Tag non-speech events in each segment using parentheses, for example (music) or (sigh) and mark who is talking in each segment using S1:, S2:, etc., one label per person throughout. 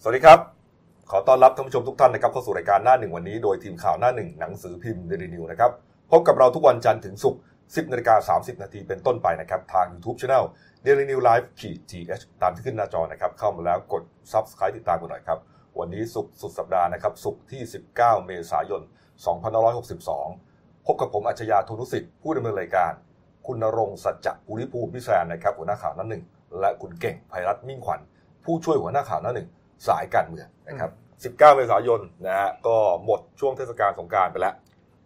S1: สวัสดีครับ ขอต้อนรับท่านผู้ชมทุกท่านนะครับเข้าสู่รายการหน้าหนึ่งวันนี้โดยทีมข่าวหน้าหนึ่งหนังสือพิมพ์เดลินิวนะครับพบกับเราทุกวันจันทร์ถึงศุกร์10นาฬิกา30 นาทีเป็นต้นไปนะครับ ทาง YouTube Channel d a i l y New Life ขีด GH ตามที่ขึ้นหน้าจอนะครับ เข้ามาแล้วกด Subscribe ติดตามกันหน่อยครับ วันนี้ศุกร์สุดสัปดาห์นะครับศุกร์ที่ 19 เมษายน 2562 พบกับผมอัจฉริยะธนุสิทธิ์ผู้ดำเนินรายการ คุณณรงค์สัจจภูริภูมิพิแซนนะครับหัวหน้าข่าวหน้าหนึ่งและคุณเก่งภัยรัตน์มิ่งขวัญ ผู้ช่วยหัวหน้าข่าวหน้าหนึ่งสายการเมืองนะครับ 19 เมษายนนะฮะก็หมดช่วงเทศกาลสงกรารไปแล้ว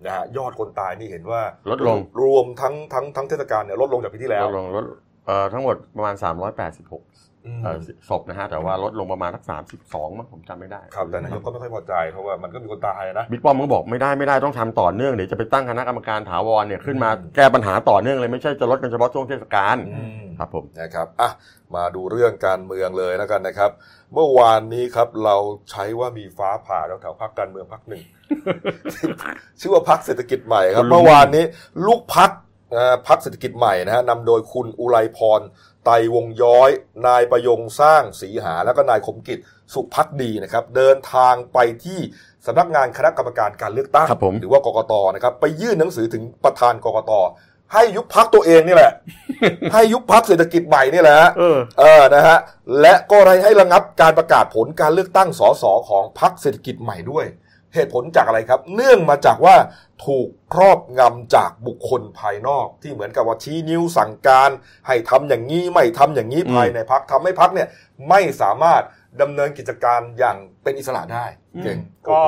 S1: นะฮะยอดคนตายนี่เห็นว่า
S2: ลดลง
S1: รวมทั้งทั้งทั้งเทศกาลเนี่ยลดลงจากปีที่
S2: ล
S1: แล้ว
S2: ดลงลดเอ่อทั้งหมดประมาณ 386
S1: อืม
S2: เอ่อศพนะฮะ แต่ว่าลดลงประมาณสัก32มั้งผมจำไม่ได้
S1: ครับแต่นายกก็ไม่ค่อยพอใจเพราะว่ามันก็มีคนตายนะ
S2: บิ๊กป้อมก็บอกไม่ได้ไม่ได้ต้องทำต่อเนื่องเดี๋ยวจะไปตั้งคณะกรรมการถาวรเนี่ยขึ้นมา
S1: อืม
S2: แก้ปัญหาต่อเนื่องเลยไม่ใช่จะลดกันเฉพาะช่วงเทศกาลครับผม
S1: นะครับอ่ะมาดูเรื่องการเมืองเลยแล้วกันนะครับ เมื่อวานนี้ครับเราใช้ว่ามีฟ้าผ่าแถวๆพักการเมืองพักหนึ่ง (laughs) ชื่อว่าพักเศรษฐกิจใหม่ครับ
S2: คุณลุง
S1: เมื่อวานนี้ลูกพักพักเศรษฐกิจใหม่นะฮะนำโดยคุณอุไรพรไตรวงย้อย นายประยงสร้างสีหา แล้วก็นายคมกิจสุพักดีนะครับ เดินทางไปที่สำนักงานคณะกรรมการการเลือกตั้ง
S2: ครับผม
S1: หรือว่ากกตนะครับ ไปยื่นหนังสือถึงประธานกกตให้ยุบพักตัวเองนี่แหละ ให้ยุบพักเศรษฐกิจใหม่นี่แหละฮะ
S2: เออ
S1: เออนะฮะและก็ได้ให้ระงับการประกาศผลการเลือกตั้งสสของพักเศรษฐกิจใหม่ด้วย เหตุผลจากอะไรครับ เนื่องมาจากว่าถูกครอบงำจากบุคคลภายนอก ที่เหมือนกับว่าชี้นิ้วสั่งการ ให้ทำอย่างนี้ไม่ทำอย่างนี้
S2: อืม
S1: ภายในพักทำให้พักเนี่ยไม่สามารถดำเนินกิจการอย่างเป็นอิสระได้เก่ง
S3: ก็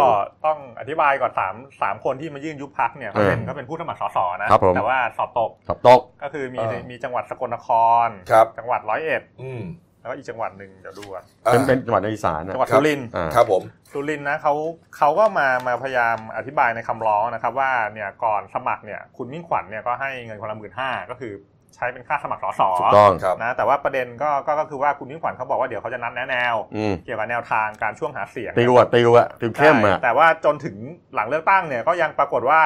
S1: โอ้โห
S3: ต้องอธิบายก่อนสามสามคนที่มายื่นยุบพักเนี่ยเขาเป็น
S2: เออ
S3: เขาเป็นผู้สมัครสสนะ
S2: ครับผม
S3: แต่ว่าสอบตก
S2: สับตก
S3: ก็คือมี
S1: เออ
S3: มีจังหวัดสกลนคร
S1: ครับ
S3: จังหวัดร้อยเอ็ด
S1: อืม
S3: แล้วก็อีกจังหวัดหนึ่งเดี๋ยวดูก่อน
S1: อ่า
S2: เป็นเป็นจังหวัดในอีสานนะ
S3: จังหวัด
S1: ครับ
S3: สุรินทร์
S2: อ่า
S1: ครับผม
S3: สุรินทร์นะเขาเขาก็มามาพยายามอธิบายในคำร้องนะครับ ว่าเนี่ยก่อนสมัครเนี่ยคุณมิ่งขวัญเนี่ยก็ให้เงินคนละหมื่นห้าก็คือใช้เป็นค่าสมัครสส
S2: ถูกต้อง
S1: ครับ
S3: นะแต่ว่าประเด็นก็ก็ก็คือว่าคุณมิ่งขวัญเขาบอกว่าเดี๋ยวเขาจะนัดแนะแนว
S2: อืม
S3: เกี่ยวกับแนวทางการช่วงหาเสียง
S2: ติวอะติวอะติวเข้มอะ
S3: ใช่แต่ว่าจนถึงหลังเลือกตั้งเนี่ยก็ยังปรากฏว่า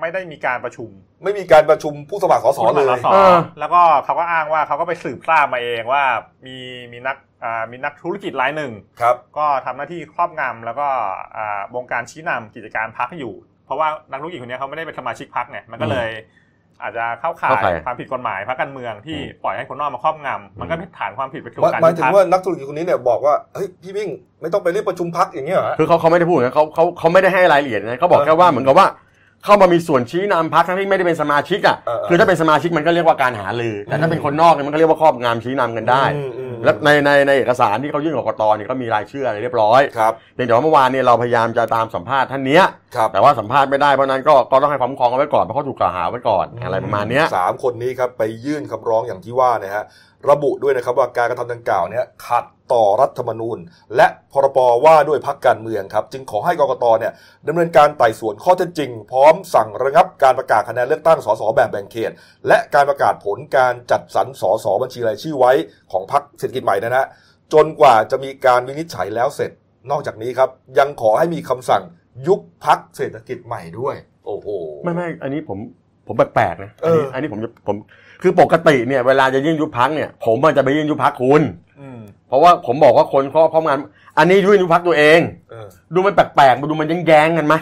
S3: ไม่ได้มีการประชุม
S1: ไม่มีการประชุมผู้สมัครสส
S3: ผู้ส
S1: เล
S3: มัคร
S1: ย
S3: สสแล้วก็เขาก็อ้างว่าเขาก็ไปสืบทราบมาเองว่ามีมีนักอ่ามีนักธุรกิจรายหนึ่ง
S1: ครับ
S3: ก็ทำหน้าที่ครอบงำแล้วก็อ่าบงการชี้นำกิจการพักอยู่ เพราะว่านักธุรกิจคนเนี้ยเขาไม่ได้เป็นสมาชิกพักเนี่ยมันก็เลย อาจจะเข้าข่ายความผิดกฎหมายพักการเมืองที่ปล่อยให้คนนอกมาครอบงำมันก็เป็นฐานความผิดไปถึง
S1: หมาย
S3: การ
S1: หมายถึง
S3: พรรค
S1: ว่านักธุรกิจคนนี้เนี่ยบอกว่าเฮ้ยพี่มิ่งไม่ต้องไปเรียกประชุมพักอย่างเงี้ยเหรอ
S2: คือเขาเขาไม่ได้พูดนะเขาเขาเขาไม่ได้ให้รายละเอียดนะเขาบอกแค่ว่าเหมือนกับว่า เข้ามามีส่วนชี้นำพักทั้งที่ไม่ได้เป็นสมาชิกอ่ะ
S1: เออเออ
S2: คือถ้าเป็นสมาชิกมันก็เรียกว่าการหาลือ แต่ถ้าเป็นคนนอกเนี่ยมันก็เรียกว่าครอบงามชี้นำกันได้
S1: อืมอืม
S2: และในในในเอกสารที่เขายื่นกกตเนี่ยก็มีรายชื่ออะไรเรียบร้อย
S1: ครับ
S2: เพียงแต่ว่าเมื่อวานเนี่ยเราพยายามจะตามสัมภาษณ์ท่านเนี้ย
S1: ครับ
S2: แต่ว่าสัมภาษณ์ไม่ได้เพราะนั้นก็ก็ต้องให้ความคุ้มครองเอาไว้ก่อนเพราะเขาถูกกล่าวหาไว้ก่อนอะไรประมาณเนี้ย
S1: สามคนนี้ครับไปยื่นคำร้องอย่างที่ว่านะฮะระบุด้วยนะครับว่าการกระทำดังกล่าวเนี่ยขัดต่อรัฐธรรมนูญ และพรบว่าด้วยพักการเมืองครับ จึงขอให้กกตเนี่ยดำเนินการไต่สวนข้อเท็จจริง พร้อมสั่งระงับการประกาศคะแนนเลือกตั้งสสแบบแบ่งเขต และการประกาศผลการจัดสรรสสบัญชีรายชื่อไว้ของพรรคเศรษฐกิจใหม่นะฮะจนกว่าจะมีการวินิจฉัยแล้วเสร็จ นอกจากนี้ครับ ยังขอให้มีคำสั่งยุบพักเศรษฐกิจใหม่ด้วย โอ้โห
S2: ไม่ไม่อันนี้ผมผมแปลกๆนะ
S1: เอ
S2: อั
S1: อ
S2: นนี้
S1: อั
S2: อันนี้ผมจะผมคือปกติเนี่ยเวลาจะยื่นยุบพักเนี่ย ผมอาจจะไปยื่นยุบพักคุณ
S3: อืม
S2: เพราะว่าผมบอกว่าคนครอบครอบงาน อันนี้ยื่นยุบพักตัวเอง
S1: เออ
S2: ดูมันแปลกๆมันดูมันแย้งๆกันไหม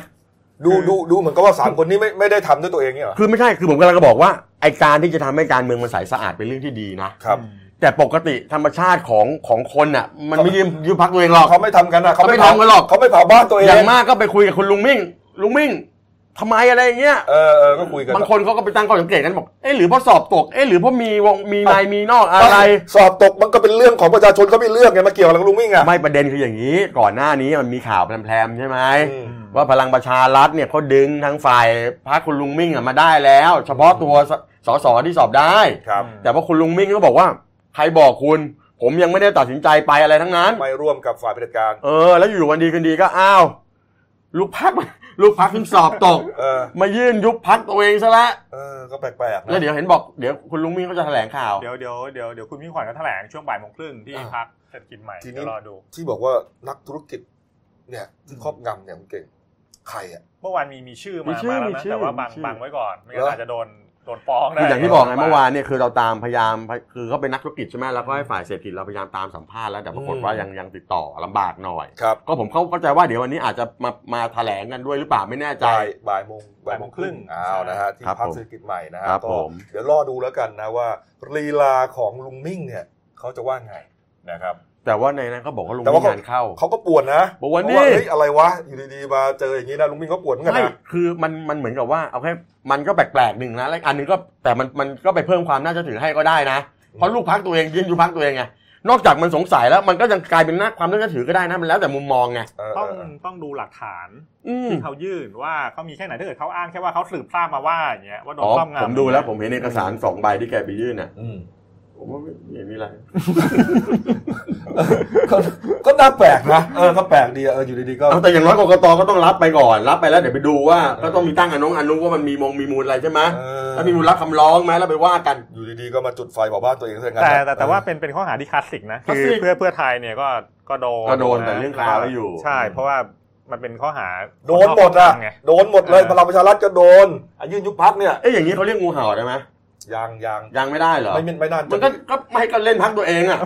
S1: ดู
S3: คือ
S1: ดูดูเหมือนกับว่าสามคนนี้ไม่ไม่ได้ทำด้วยตัวเองเนี่ยเหรอ
S2: คือไม่ใช่คือผมกำลังจะบอกว่าไอการที่จะทำให้การเมืองมันใสสะอาดเป็นเรื่องที่ดีนะ
S1: ครับ
S2: แต่ปกติธรรมชาติของของคนอ่ะ มันไม่ยืมยืมพักตัวเองหรอก
S1: เขาไม่ทำกันนะ
S2: เขาไม่ทำกันหรอก
S1: เขาไม่เผาบ้านตัวเอง
S2: อย่างมากก็ไปคุยกับคุณลุงมิ่ง ลุงมิ่งทำไมอะไรอย่างเงี้ย
S1: เออเออก็คุยกัน
S2: บางคนเขาก็ไปตั้งข้อสังเกตกันบอกเอ๊ะหรือเพราะสอบตกเอ๊ะหรือเพราะมีวงมีในมีนอกอะไร
S1: สอบตกมันก็เป็นเรื่องของประชาชนเขาไม่เลือกไงมาเกี่ยวอะไรกับลุงมิ่งอ่ะ
S2: ไม่ประเด็นคืออย่างนี้ ก่อนหน้านี้มันมีข่าวแพรมๆใช่ไหม
S1: อืม
S2: ว่าพลังประชารัฐเนี่ยเขาดึงทางฝ่ายพรรคคุณลุงมิ่งอะมาได้แล้ว เฉพาะตัวสสสที่สอบได้
S1: ครับ
S2: แต่ว่าคุณลุงมิ่งก็บอกว่า ใครบอกคุณ ผมยังไม่ได้ตัดสินใจไปอะไรทั้งนั้น
S1: ไม่ร่วมกับฝ่ายบริการ
S2: เออ แล้วอยู่วันดีคืนดีก็อ้าวลูกพัก (laughs) ลูกพักถึงสอบตก
S1: เออ
S2: มายื่นยุบพักตัวเองซะละ
S1: เออก็แปลกๆ
S2: แล้
S1: นะ
S2: วเดี๋ยวเห็นบอกเดี๋ยวคุณลุงมิ่งเขาจะแถลงข่าว
S3: เดี๋ยวเดี๋ยวเดี๋ยวเดี๋ยวคุณมิ่งขวัญก็แถลงช่วงบ่ายโมงครึ่งที่พักเศรษฐกิจใหม่เดี๋ยวรอดู
S1: ที่บอกว่านักธุรกิจ เนี่ยที่ครอบงำเนี่ยมันเก่ง ใครอ่ะ
S3: เมื่อวานมีมีชื่อ
S2: มี
S3: มา
S2: ชื่อ
S3: มาแล้ว
S2: มี
S3: นะ
S2: ชื่อ
S3: แต่ว่าบัง
S2: มีชื่อ
S3: บังไว้ก่อน ไม่งั้
S1: เหร
S3: น
S1: ออ
S3: อาจจะโดน โดนฟ้อง
S2: คือ
S3: ได้
S2: อย่างที่บอกไงเมื่อวานเนี่ยคือเราตามพยายามคือเขาเป็นนักธุรกิจใช่ไหมแล้วก็ให้ฝ่ายเศรษฐกิจเราพยายามตามสัมภาษณ์แล้วแต่ปรากฏว่ายังยังติดต่อลำบากหน่อย
S1: ครับ
S2: ก็ผมเข้าใจว่าเดี๋ยววันนี้อาจจะมามาแถลงกันด้วยหรือเปล่าไม่แน่ใจ
S1: บ่ายบ่ายโมงบ่ายโมงครึ่งอ้าวนะฮะที่
S2: ครับ
S1: พัก
S2: ผม
S1: เศรษฐกิจใหม่นะฮะ
S2: ครับ
S1: ก็
S2: ผม
S1: เดี๋ยวรอดูแล้วกันนะว่าลีลาของลุงมิ่งเนี่ยเขาจะว่าไงนะครับ
S2: แต่ว่าในนั้นเขาบอกว่าลุง
S1: แต่ว่า
S2: มี
S1: เขา
S2: งานเข้า
S1: เขาก็ปวดนะ
S2: บอกว่านี่
S1: เฮ้ยอะไรวะอยู่ดีๆมาเจออย่างนี้นะลุงมิ่งก็ปวดเหมือนกัน
S2: ไม่
S1: นะ
S2: คือมันมันเหมือนกับว่าเอาแค่มันก็แปลกๆหนึ่งนะและอันหนึงก็แต่มันมันก็ไปเพิ่มความน่าเชื่อถือให้ก็ได้นะ เพราะลูกพักตัวเองยืนอยู่พักตัวเองไงนอกจากมันสงสัยแล้วมันก็ยังกลายเป็นหน้าความน่าเชื่อถือก็ได้นะมันแล้วแต่มุมมองไง
S1: เออ
S3: ต้อง
S1: เออ
S3: ต้องดูหลักฐาน
S2: อืม
S3: ที่เขายื่นว่าเขามีแค่ไหนถ้าเกิดเขาอ้างแค่ว่าเขาสืบทราบมาว่าอย่างเงี้ยว่าโดน
S2: อ๋อ
S3: ครอบงำ
S2: ผมดูแล้วผมเห็นเอกสารสองใบที่แกไปยื่นน่ะ
S1: อืม
S2: ผมว่าไม่เห็นมีอะไร
S1: ก็ก็น่าแปลกนะเออก็แปลกดีอะเอออยู่ดีๆก็
S2: เอาแต่อย่างน้อยกกตก็ต้องรับไปก่อนรับไปแล้วเดี๋ยวไปดูว่าก็ต้องมีตั้งอนุอนุว่ามันมีมงมีมูลอะไรใช่ไหม
S1: เออ
S2: แล้วมีมูลรับคำร้องไหมแล้วไปว่ากัน
S1: อยู่ดีๆก็มาจุดไฟเผาบ้านตัวเองซะอย่างนั้น
S3: แต่
S1: นะ
S3: แต่แต่ว่าเป็นเป็นข้อหาที่คลาสสิกนะคือ
S2: classic
S3: เพื่อเพื่อไทยเนี่ยก็ก็โดน
S2: ก็โดนะ แต่เรื่องคาไว้อยู่
S3: ใช่เพราะว่ามันเป็นข้อหา
S1: โดนหมดอะ
S3: ไง
S1: โดนหมดเลย
S3: เออ
S1: พลังประชารัฐก็โดนอ่ะยื่นยุบพักเนี่ย
S2: เอ๊ะอย่างนี้เขาเรียกงูเห่าได้ไหม
S1: ยังยัง
S2: ยังไม่ได้เหรอ
S1: ไม่ไม่ไม่น่า
S2: มั
S1: จะ
S2: นก็ก็ไม่ก็เล่นพักตัวเองอ่ะ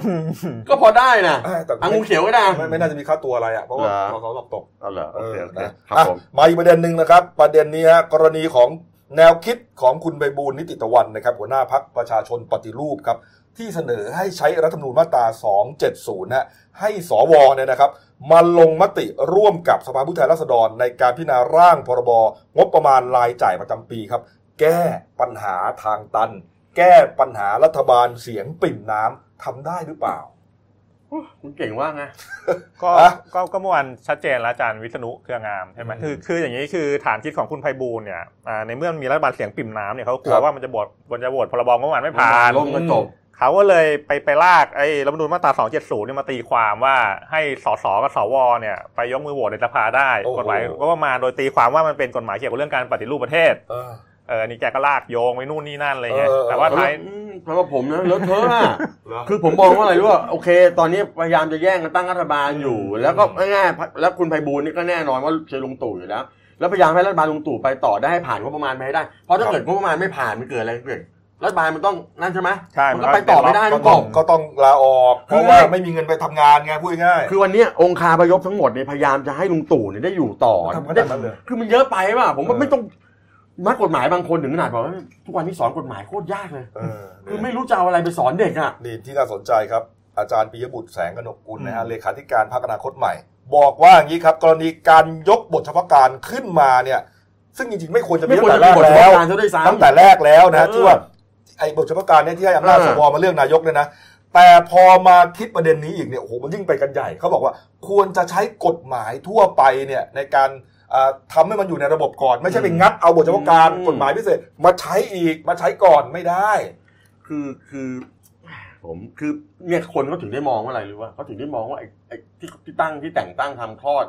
S2: ก็พอได้นะ
S1: เออแต่
S2: อั
S1: ไม่
S2: งงูเขียวก็ได้
S1: ไม่ไม่น่าจะมีค่าตัวอะไรอ่ะเพราะว่า
S2: เหรอ
S1: เขาสอบตก
S2: เอาเหรอ
S1: เอ
S2: โอ
S1: อ
S2: เคโอเค
S1: นะครับ อ่ะ
S2: ผม
S1: มาอีกประเด็นหนึ่งนะครับ ประเด็นนี้ฮะกรณีของแนวคิดของคุณใบบูลย์นิติตะวันนะครับ หัวหน้าพักประชาชนปฏิรูปครับ ที่เสนอให้ใช้รัฐธรรมนูญมาตรา 270 นะ ให้สวเนี่ยนะครับ มาลงมติร่วมกับสภาผู้แทนราษฎร ในการพิจารณาร่างพรบงบประมาณรายจ่ายประจำปีครับ แก้ปัญหาทางตัน แก้ปัญหารัฐบาลเสียงปริ่มน้ำทำได้หรือเปล่า
S2: คุณเก่งว่าไง
S3: ก็
S1: อ่ะ
S3: ก็ก็เมื่อวานชัดเจนแล้วอาจารย์วิษณุเครืองามใช่ไหม
S1: อืม
S3: คือคืออย่างนี้คือฐานคิดของคุณไพบูลย์เนี่ยอ่าในเมื่อมีรัฐบาลเสียงปิ่มน้ำเนี่ยเขาก
S1: ค
S3: ลั
S1: รั
S3: ว
S1: บ
S3: ว่ามันจะบทบนจะบทพรบงบประมาณไม่ผ่าน
S2: ล่มก็จบ
S3: เขาก็เลยไปไปลากไอ้รัฐธรรมนูญมาตรา 270 เนี่ยมาตีความว่าให้สสกับสวเนี่ยไปยกมือโหวตในสภาได้
S1: โอ้โห
S3: กฎหมายก็ประมาณโดยตีความว่ามันเป็นกฎหมายเกี่ยวกับเรื่องการปฏิรูปประเทศ
S1: เออ
S3: เออนี่แกก็ลากโยงไปนู่นนี่นั่นอะไรเงี้ย
S1: เออเออ
S3: แต่ว่าท้าย
S2: อืมสำหรับผมนะเลอะเทอะอะ
S1: เหรอ
S2: คือผมมองว่าอะไรรู้ว่าโอเค ตอนนี้พยายามจะแย่งกันตั้งรัฐบาลอยู่ แล้วก็ง่ายๆแล้วคุณไพบูลย์นี่ก็แน่นอนว่าเชียร์ลุงตู่อยู่แล้ว แล้วพยายามให้รัฐบาลลุงตู่ไปต่อได้ให้ผ่านงบประมาณไปให้ได้ เพราะถ้าเกิดงบประมาณไม่ผ่านมันเกิดอะไรเกิดรัฐบาลมันต้องนั่นใช่ไหม
S3: ใช่
S2: มัน
S3: มั
S2: ก็
S3: นก็
S2: ไปต่อไม่ได้
S1: ก็
S2: ต้
S1: ต้อ
S2: องต
S1: ง
S2: บ
S1: ก็ต้องลาออกเพ
S2: คือ
S1: ราะว่าไม่มีเงินไปทำงานไงพูดง่ายๆ
S2: คือวันเนี้ยองคาพยพทั้งหมดเนี่ยพยายามจะให้ลุงตู่เนี่ยได้อยู่ต่อ
S1: ทำขนาดนั้นเลย
S2: คือมันเยอะไปป่ะผมว่า
S1: เออ
S2: ไม่ต้องนักกฎหมายบางคนถึงขนาดบอกว่าทุกวันนี้สอนกฎหมายโคตรยากเลย
S1: เออ
S2: คือไม่รู้จะเอาอะไรไปสอนเด็กอ่ะ
S1: นี่ที่น่าสนใจครับ อาจารย์ปิยบุตรแสงกนกกุลนะฮะ
S3: อืม
S1: เลขาธิการพรรคอนาคตใหม่ บอกว่าอย่างนี้ครับ กรณีการยกบทเฉพาะการขึ้นมาเนี่ย ซึ่งจริงๆไม่ควรจะ
S2: ไม่
S1: ตั้
S2: คว
S1: ง
S2: ร
S1: แต่
S2: จะ
S1: แร
S2: มี
S1: ก
S2: บท
S1: แล้ว
S2: การซะด้วยซ้ำ
S1: ตั้งแต่แรกแล้วนะ
S2: เออ
S1: ที่ว่าไอ้บทเฉพาะการเนี่ยที่ให้อำนาจ
S2: เออ
S1: สวมาเลือกนายกเนี่ยนะแต่พอมาคิดประเด็นนี้อีกเนี่ยโอ้โหมันยิ่งไปกันใหญ่เขาบอกว่าควรจะใช้กฎหมายทั่วไปเนี่ยในการเอ่อทำให้มันอยู่ในระบบก่อน ไม่ใช่ไปงัดเอาบทเฉพาะการกฎหมายพิเศษมาใช้อีกมาใช้ก่อนไม่ได้
S2: คือคือ ผมคือเนี่ยคนเขาถึงได้มองว่าอะไรรู้ว่าเขาถึงได้มองว่าไอ้ไอ้ที่ที่ตั้งที่แต่งตั้งทำคลอด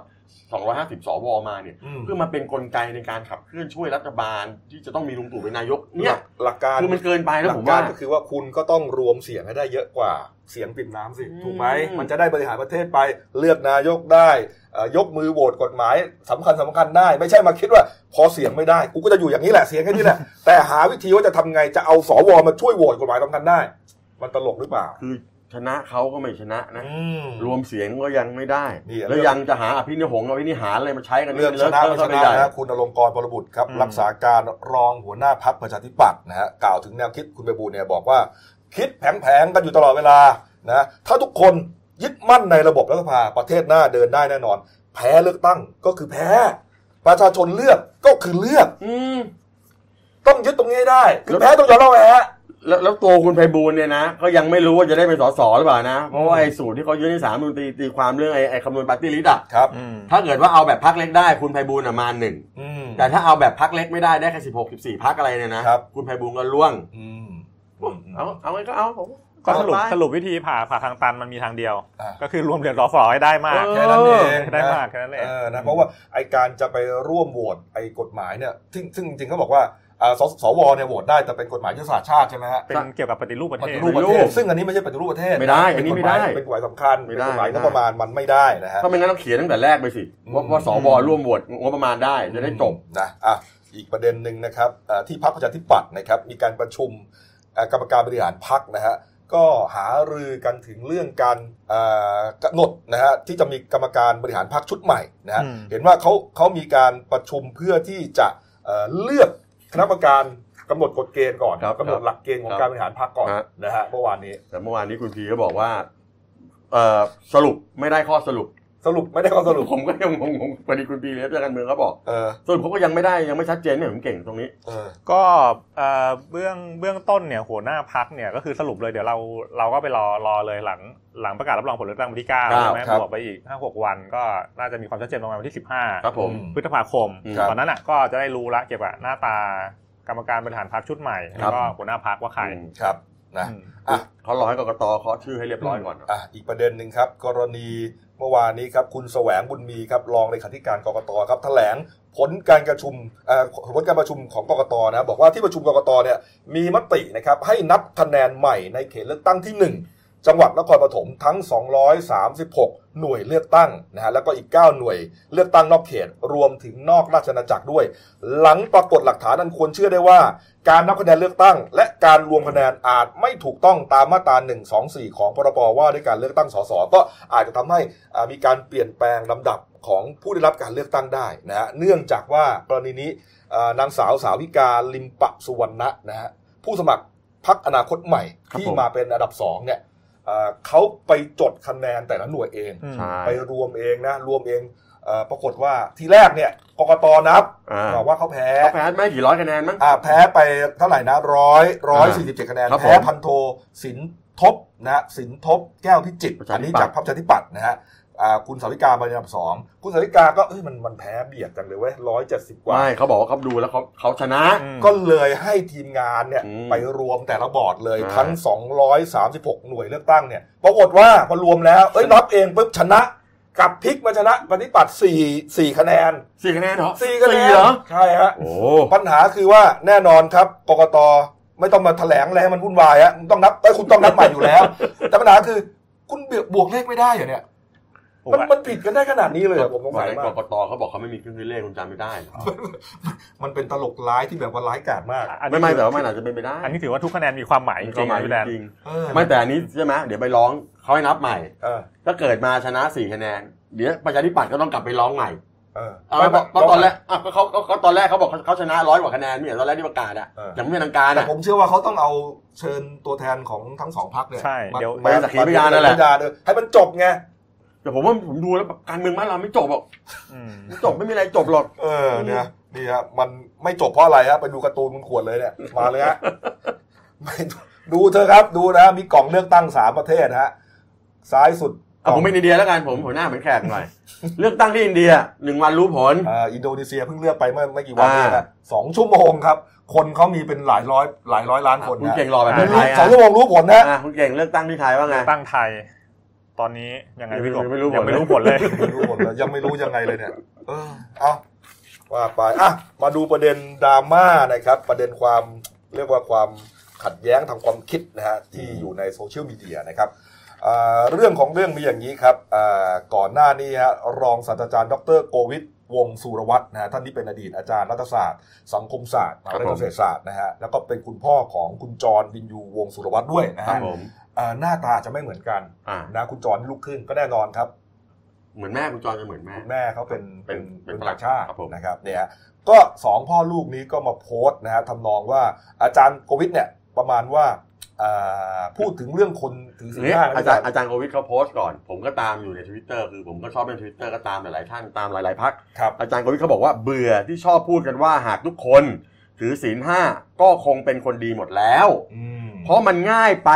S2: 250 สวมาเนี่ย
S1: อืม
S2: เพื่อมาเป็นกลไกในการขับเคลื่อนช่วยรัฐบาลที่จะต้องมีลุงตู่เป็นนายกเนี่ย
S1: หลักการ
S2: คือมันเกินไป
S1: ห
S2: แล้ว
S1: ลั
S2: ผ
S1: ก
S2: ม
S1: กา
S2: ว่า
S1: รก็คือว่าคุณก็ต้องรวมเสียงให้ได้เยอะกว่าเสียงปริ่มน้ำสิ
S2: อืม
S1: ถูกไหมมันจะได้บริหารประเทศไปเลือกนายกได้เอ่อยกมือโหวตกฎหมายสำคัญสำคัญได้ ไม่ใช่มาคิดว่า พอเสียงไม่ได้กูก็จะอยู่อย่างนี้แหละเสียงแค่
S2: (laughs)
S1: นี้แหละ แต่หาวิธีว่าจะทำไงจะเอาสวมาช่วยโหวตกฎหมายสำคัญได้ มันตลกหรือเปล่า
S2: คือชนะเขาก็ไม่ชนะนะ
S1: อืม
S2: รวมเสียงก็ยังไม่ได้
S1: นี่อะ
S2: แล้วยังจะหาอภินิหงส์อภินิหารอะไรมาใช้กัน
S1: เรื่องช
S2: ย
S1: นะ
S2: ท
S1: ไม่
S2: ท
S1: ชนะ
S2: ใหญ่
S1: นะคุณอลงกรณ์บรบุตรครับ
S3: อืม
S1: รักษาการรองหัวหน้าพักประชาธิปัตย์นะฮะกล่าวถึงแนวคิดคุณไปบูลย์เนี่ยบอกว่า คิดแผงๆกันอยู่ตลอดเวลานะถ้าทุกคนยึดมั่นในระบบรัฐสภาประเทศหน้าเดินได้แน่นอน แพ้เลือกตั้งก็คือแพ้ ประชาชนเลือกก็คือเลือก
S2: อืม
S1: ต้องยึดตรงนี้ให้ได้ คือแพ้ต้องยอมรับแพ้
S2: แล้วแล้วตัวคุณไพบูลย์เนี่ยนะก็ยังไม่รู้ว่าจะได้เป็นสสหรือเปล่านะ เพราะว่าไอ้สูตรที่เขายื่นในสามนุนตีตีความเรื่องไอ้ไอ้คำนวณปาร์ตี้ลิสต์อะ
S1: ครับ
S3: อืม
S2: ถ้าเกิดว่าเอาแบบพักเล็กได้คุณไพบูลย์อะมาหนึ่ง
S1: อืม
S2: แต่ถ้าเอาแบบพักเล็กไม่ได้ได้แค่สิบหกสิบสี่พักอะไรเนี่ยนะครับ คุณไพบูลย์ก็ล่วง
S1: อืม
S2: เอาเอาไงก็เอาผม
S3: ก็สรุป
S2: ไป
S3: สรุปวิธีผ่าผ่าทางตันมันมีทางเดียว
S1: อ่ะ
S3: ก็คือรวมเดือดรอฟอให้ได้มาก
S2: เออ
S1: แค่นั้นเอง
S3: ได้
S1: นะ
S3: มากแค่นั้นเอง
S1: เออนะเพราะว่าไอการจะไปร่วมโหวตไอกฎหมายเนี่ยซึ่งซึ่งจริงๆเขาบอกว่าอ่าสสวเนี่ยโหวตได้แต่เป็นกฎหมายยุทธศาสตร์ชาติใช่ไหมฮะ
S3: เป็นเกี่ยวกับปฏิรูปประ
S1: ป
S3: เทศ
S1: ฏิรูปประเท
S2: ปฏิรู
S1: ศ
S2: ป
S1: ซึ่งอันนี้ไม่ใช่ปฏิรูปประเทศ
S2: ไม่ได้
S1: ะ
S2: อันนี้ไม่ได้
S1: เป็นกฎหมายสำคัญ
S2: ไม่
S1: เป็น
S2: ได้
S1: กฎหมายง
S2: ไม่ได้
S1: บประมาณมันไม่ได้นะฮะ
S2: ถ้าไม่งั้นต้องเขียนตั้งแต่แรกไปสิว่าว่าสวร่วมโหวตงบประมาณได้จะได้จบ
S1: นะอ่ะ อีกประเด็นหนึ่งนะครับเอ่อที่พรรคประชาธิปัตย์นะครับมีการประชุมเอ่อกรรมการบริหารพรรคนะฮะก็หารือกันถึงเรื่องการเอ่อกำหนดนะฮะที่จะมีกรรมการบริหารพรรคชุดใหม่นะฮะ
S3: อืม
S1: เห็นว่าเขาเขามีการประชุมเพื่อที่จะเอ่อเลือกคณะกรรมการกำหนดกฎเกณฑ์ก่อน
S2: ครับ
S1: กำหนดหลักเกณฑ์ของ
S2: ครับ
S1: การบริหารพรรคก่อน
S2: ฮะ
S1: นะฮะเมื่อวานนี้
S2: แต่เมื่อวานนี้คุณพีก็บอกว่าเอ่อสรุปไม่ได้ข้อสรุป
S1: สรุปไม่ได้ข้อสรุป
S2: ผมก็ยังงงๆพอดีคุณพีเลี้ยงการเมืองเขาบอก
S1: เออ
S2: สรุปเขาก็ยังไม่ได้ยังไม่ชัดเจนเนี่ยผมเก่งตรงนี้
S1: เออ
S3: ก็เอ่อเบื้องเบื้องต้นเนี่ยหัวหน้าพักเนี่ยก็คือสรุปเลยเดี๋ยวเราเราก็ไปรอรอเลยหลังหลังประกาศรับรองผลเลือกตั้งวันที่9
S2: ครับ
S3: ใช่ไหม
S1: ครับ
S3: บวกไปอีก5 6 วันก็น่าจะมีความชัดเจนประมาณวันที่
S2: ครับ ผม
S1: อื
S3: 15 พฤษภาคม
S1: ครับ
S3: ตอนนั้นอ่ะก็จะได้รู้ละเกี่ยวกับหน้าตากรรมการบริหารพักชุดใหม่
S2: ค
S3: แล้
S2: รับ
S3: วก็หัวหน้าพักว่าใคร
S2: อืม
S1: ครับนะ
S3: อืม
S1: อ่ะ
S2: เขารอให้กกตเคาะชื่อให้เรียบร้อยก่อน
S1: อ่ะอีกประเด็นหนึ่งครับ กรณีเมื่อวานนี้ครับคุณแสวงบุญมีครับรองเลขาธิการกกตครับแถลงผลการประชุมเอ่อผลการประชุมของกกตนะบอกว่าที่ประชุมกกตเนี่ยมีมตินะครับให้นับคะแนนใหม่ในเขตเลือกตั้งที่ 1 จังหวัดนครปฐมทั้ง 236 หน่วยเลือกตั้งนะฮะแล้วก็อีก 9 หน่วยเลือกตั้งนอกเขตรวมถึงนอกราชอาณาจักรด้วย หลังปรากฏหลักฐานอันควรเชื่อได้ว่า การนับคะแนนเลือกตั้ง และการรวมคะแนนอาจไม่ถูกต้องตามมาตรา1 2 4 ของพรบว่าด้วยการเลือกตั้งสสก็อาจจะทำให้อ่ามีการเปลี่ยนแปลงลำดับของผู้ได้รับการเลือกตั้งได้นะฮะเนื่องจากว่ากรณีนี้อ่านางสาวสาวิกาลิมปะสุวรรณะนะฮะผู้สมัครพักอนาคตใหม่
S2: ครับ
S1: ที่
S2: ผม
S1: มาเป็นอันดับสองเนี่ยอ่าเขาไปจดคะแนนแต่ละหน่วยเอง
S3: อืม
S2: ใช่
S1: ไปรวมเองนะรวมเองเอ่อปรากฏว่าทีแรกเนี่ยกกตนับ
S2: อ่า
S1: บอกว่าเขาแพ้
S2: เขาแพ้ไม่กี่ร้อยคะแนนมั้ง
S1: อ่าแพ้ไปเท่าไหร่นะร้อยร้อยสี่สิบเจ็ดคะแนน
S2: ครับผม
S1: แพ้พันโทสินทบนะสินทบแก้วพิจิตร
S2: ประชาธิ
S1: อัน
S2: ปัตย์
S1: นี้จากพรรคประชาธิปัตย์นะฮะอ่าคุณสาวิกามาในอันดับสองคุณสาวิกาก็เอ้ยมันมันแพ้เบียดจังเลยเว้ยร้อยเจ็ดสิบกว่า
S2: ไม่เขาบอกว่าเขาดูแล้วเขาเขาชนะ
S3: อืม
S1: ก็เลยให้ทีมงานเนี่ย
S2: อืม
S1: ไปรวมแต่ละบอร์ดเลย
S2: อ่า
S1: ทั้ง 236 หน่วยเลือกตั้งเนี่ยปรากฏว่าพอรวมแล้วเอ้ยนับเองปุ๊บชนะกลับพลิกมาชนะปฏิปัติสี่สี่คะแนน
S2: สี่คะแนนเหรอ
S1: สี่คะแนน
S2: เหรอ
S1: ใช่ฮะ
S2: โอ้
S1: ปัญหาคือว่าแน่นอนครับกกตไม่ต้องมาแถลงอะไรให้มันวุ่นวายฮะคุณต้องนับเอ้ยคุณต้องนับใหม่อยู่
S2: (laughs)
S1: แล้ว แต่ปัญหาคือคุณเบียบวกเลขไม่ได้เหรอเนี่ยมันมันผิดกันได้ขนาดนี้เลยเหรอผมสงสัยมาก
S2: กกตเขาบอกเขาไม่มีเครื่องคิดเลขคุณจำไม่ได้เหรอ
S1: มันเป็นตลกร้ายที่แบบว่าร้ายกาจมาก
S3: อัน
S2: ไม่
S3: นี้
S2: ไม่แต่ว่ามันอาจจะเป็นไปได้
S3: อันนี้ถือว่าทุกคะแนนมีความหมายจ
S2: จริ
S3: ริ
S2: ง
S3: งๆนะพี่แดน
S2: จริง
S1: เออ
S2: ไม่แต่อันนี้ใช่ไหมเดี๋ยวไปร้องเขาให้นับใหม่
S1: เออ
S2: ถ้าเกิดมาชนะสี่คะแนน เดี๋ยวประชาธิปัตย์ก็ต้องกลับไปร้องใหม่
S1: เออ
S2: เอาไปบอกเพราะตอนแรกอ่ะก็เขาเขาเขาตอนแรกเขาบอกเขาเขาชนะร้อยกว่าคะแนนเนี่ยตอนแรกที่ประกาศอ่ะ
S1: เออ
S2: ยังไม่เป็นทางการ
S1: แต่
S2: อ่ะ
S1: ผมเชื่อว่าเขาต้องเอาเชิญตัวแทนของทั้งสองพรรคเนี่ย
S3: ใช่เดี๋ยว
S1: มา
S2: เป็นสักขีพยานนั่นแหละ
S1: เป็สักขีพยานเลยให้มันจบไง
S2: แต่ผมว่าผมดูแล้วแบบการเมืองบ้านเราไม่จบหรอก
S3: อืม
S2: ไม่จบไม่มีอะไรจบหรอก
S1: เออเนี่ยนี่ฮะมันไม่จบเพราะอะไรฮะไปดูการ์ตูนมันขวดเลยเนี่ยมาเลยฮะ (laughs) ไม่ดูเธอะครับดูนะมีกล่องเลือกตั้งสามประเทศฮะซ้ายสุด
S2: เอาผมเป็นอินเดียแล้วกันผมหัวหน้าเหมือนแขกหน่อย เลือกตั้งที่อินเดียหนึ่งวันรู้ผล
S1: อ่าอินโดนีเซียเพิ่งเลือกไปเมื่อไม่กี่วันนี้
S2: อ่า
S1: นะสองชั่วโมงครับ คนเขามีเป็นหลายร้อยหลายร้อยล้านคน
S2: คุณ
S1: นะ
S2: เก่งรอแบบ
S3: เป็
S2: เป็น
S3: น
S2: ไทย
S1: สอ
S2: อ่ะ
S1: งชั่วโมงรู้ผลนะ
S2: อ่ะคุณเก่งเลือกตั้งที่ไทยว่าไง
S3: ตั้งไทย ตอนนี้ยังไงพี่กบ
S2: ยังไม่รู้ผล
S3: ยังไม่รู้ผลเลย
S1: ไม่รู้ผลเลยยังไม่รู้ยังไงเลยเนี่ย เออเอาว่าไปอ่ะมาดูประเด็นดราม่านะครับ ประเด็นความเรียกว่าความขัดแย้งทางความคิดนะฮะที่อยู่ในโซเชียลมีเดียนะครับอ่าเรื่องของเรื่องมีอย่างนี้ครับอ่าก่อนหน้านี้ฮะรองศาสตราจารย์ดรโกวิทวงศ์สุรวัตรนะฮะท่านนี้เป็นอดีตอาจารย์รัฐศาสตร์ สังคมศาสตร์มหาวิทยาลัยเกษตรศาสตร์นะฮะแล้วก็เป็นคุณพ่อของคุณจรวินยูวงศ์สุรวัตรด้วยนะ
S2: ครั
S1: ฮะ
S2: บผม
S1: อ่าหน้าตาจะไม่เหมือนกัน
S2: อ่ะ
S1: นะคุณจรนี่ลูกครึ่งก็แน่นอนครับ
S2: เหมือนแม่คุณจอยจะเหมือนแม่
S1: คุณแม่เขาเป็น
S2: เป็น
S1: เป็น
S2: เป็น
S1: ต่างชาติ
S2: ครับผม
S1: นะครับเนี่ยฮะก็สองพ่อลูกนี้ก็มาโพสต์นะฮะทำนองว่าอาจารย์โควิดเนี่ยประมาณว่าอ่าพูดถึงเรื่องคนถือศีล
S2: เนี่ย
S1: ห้านะ
S2: อา
S1: อา
S2: จา
S1: จาร ร
S2: ย์
S1: ย์
S2: อาจารย์โควิดเขาโพสต์ก่อน ผมก็ตามอยู่ในทวิตเตอร์คือผมก็ชอบเป็นทวิตเตอร์ก็ตามหลายๆท่านตามหลายๆพัก
S1: ครับ
S2: อาจารย์โควิดเขาบอกว่าเบื่อที่ชอบพูดกันว่าหากทุกคนถือศีลห้าก็คงเป็นคนดีหมดแล้ว
S1: อืม
S2: เพราะมันง่ายไป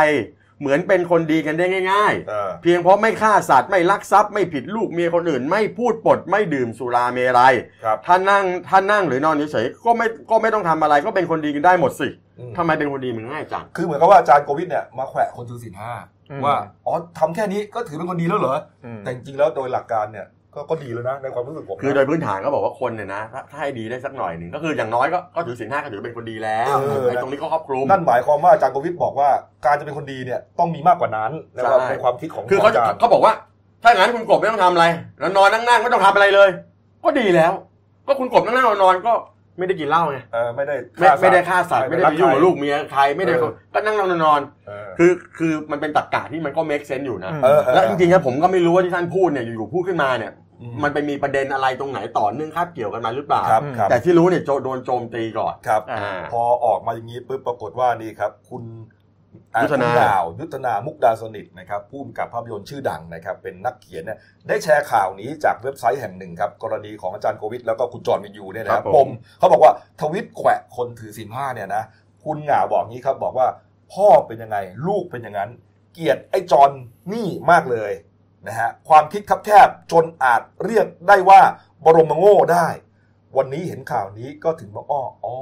S2: เหมือนเป็นคนดีกันได้ง่าย
S1: เออ
S2: ๆ เพียงเพราะไม่ฆ่าสัตว์ไม่ลักทรัพย์ไม่ผิดลูกเมียคนอื่น ไม่พูดปดไม่ดื่มสุราเมรัย
S1: ครับ
S2: ถ้านั่งถ้านั่งหรือนอนเฉยๆก็ไม่ก็ไม่ต้องทำอะไรก็เป็นคนดีกันได้หมดสิ
S1: อืม
S2: ทำไมเป็นคนดีมันง่ายจัง
S1: คือเหมือนกับว่าอาจารย์โควิดเนี่ยมาแขวะคนถือศีลห้า
S3: อืม
S1: ว่าอ๋อทำแค่นี้ก็ถือเป็นคนดีแล้วเหรอ
S3: อืม
S1: แต่จริงๆแล้วโดยหลักการเนี่ยก็ก็ดีแล้วนะในความรู้สึกผมนะ
S2: คือโดยพื้นฐานก็บอกว่าคนเนี่ยนะถ้าถ้าให้ดีได้สักหน่อยหนึ่งก็คืออย่างน้อยก็ก็ถือศีลห้าก็ถือเป็นคนดีแล้ว
S1: เออ
S2: ไอ้ตรงนี้ก็ครอบคลุม
S1: นั่นหมายความว่าอาจารย์โควิดบอกว่าการจะเป็นคนดีเนี่ยต้องมีมากกว่านั้นในความ
S2: ใช่
S1: ในความคิดของ
S2: คือเขา
S1: อาจารย์
S2: เขาบอกว่า ถ้าอย่างนั้นคุณกบไม่ต้องทำอะไรแล้วนอนนั่งๆไม่ต้องทำอะไรเลย ก็ดีแล้ว ก็คุณกบนั่งๆนอนๆก็ ไม่ได้กินเหล้าไง
S1: เออไม่ได้
S2: ไม่
S1: ฆ่าสัตว์
S2: ไม่ได้ฆ่าสัตว์ไม่ได้ไปยุ่งกับลูกเมียใครไม่ได้ก็นั่งนอน
S1: เออ
S2: ๆคือคือมันเป็นตรรกะที่มันก็ make sense อยู่นะ
S3: อืม
S1: เออเออ
S2: และจริงๆครับผมก็ไม่รู้ว่าที่ท่านพูดเนี่ยอยู่ๆพูดขึ้นมาเนี่ย
S1: อื
S2: มันไปมีประเด็นอะไรตรงไหนต่อเนื่องคาบเกี่ยวกันมาหรือเปล่า
S1: ครับครับ
S2: แต่ที่รู้เนี่ยโจโดนโจมตีก่อน
S1: ครับ
S3: อ่า
S1: พอออกมาอย่างนี้ปุ๊บปรากฏว่านี่ครับ คุณอ่
S2: ยุทธนา
S1: คุณดาวยุทธนามุกดาสนิทนะครับผู้กำกับภาพยนตร์ชื่อดังนะครับ เป็นนักเขียนเนี่ยได้แชร์ข่าวนี้จากเว็บไซต์แห่งหนึ่งครับ กรณีของอาจารย์โควิด แล้วก็คุณจอร์นวินยูเนี่ยนะครับ
S2: ครับ
S1: ป
S2: ผม ม
S1: เขาบอกว่าทวิตแขวะคนถือศีลห้าเนี่ยนะ คุณหง่าบอกงี้ครับ บอกว่าพ่อเป็นยังไง ลูกเป็นอย่างนั้น เกลียดไอ้จอร์นนี่มากเลยนะฮะความคิดคับแคบจนอาจเรียกได้ว่าบรมโง่ได้ วันนี้เห็นข่าวนี้ก็ถึงว่าอ้ออ๋อ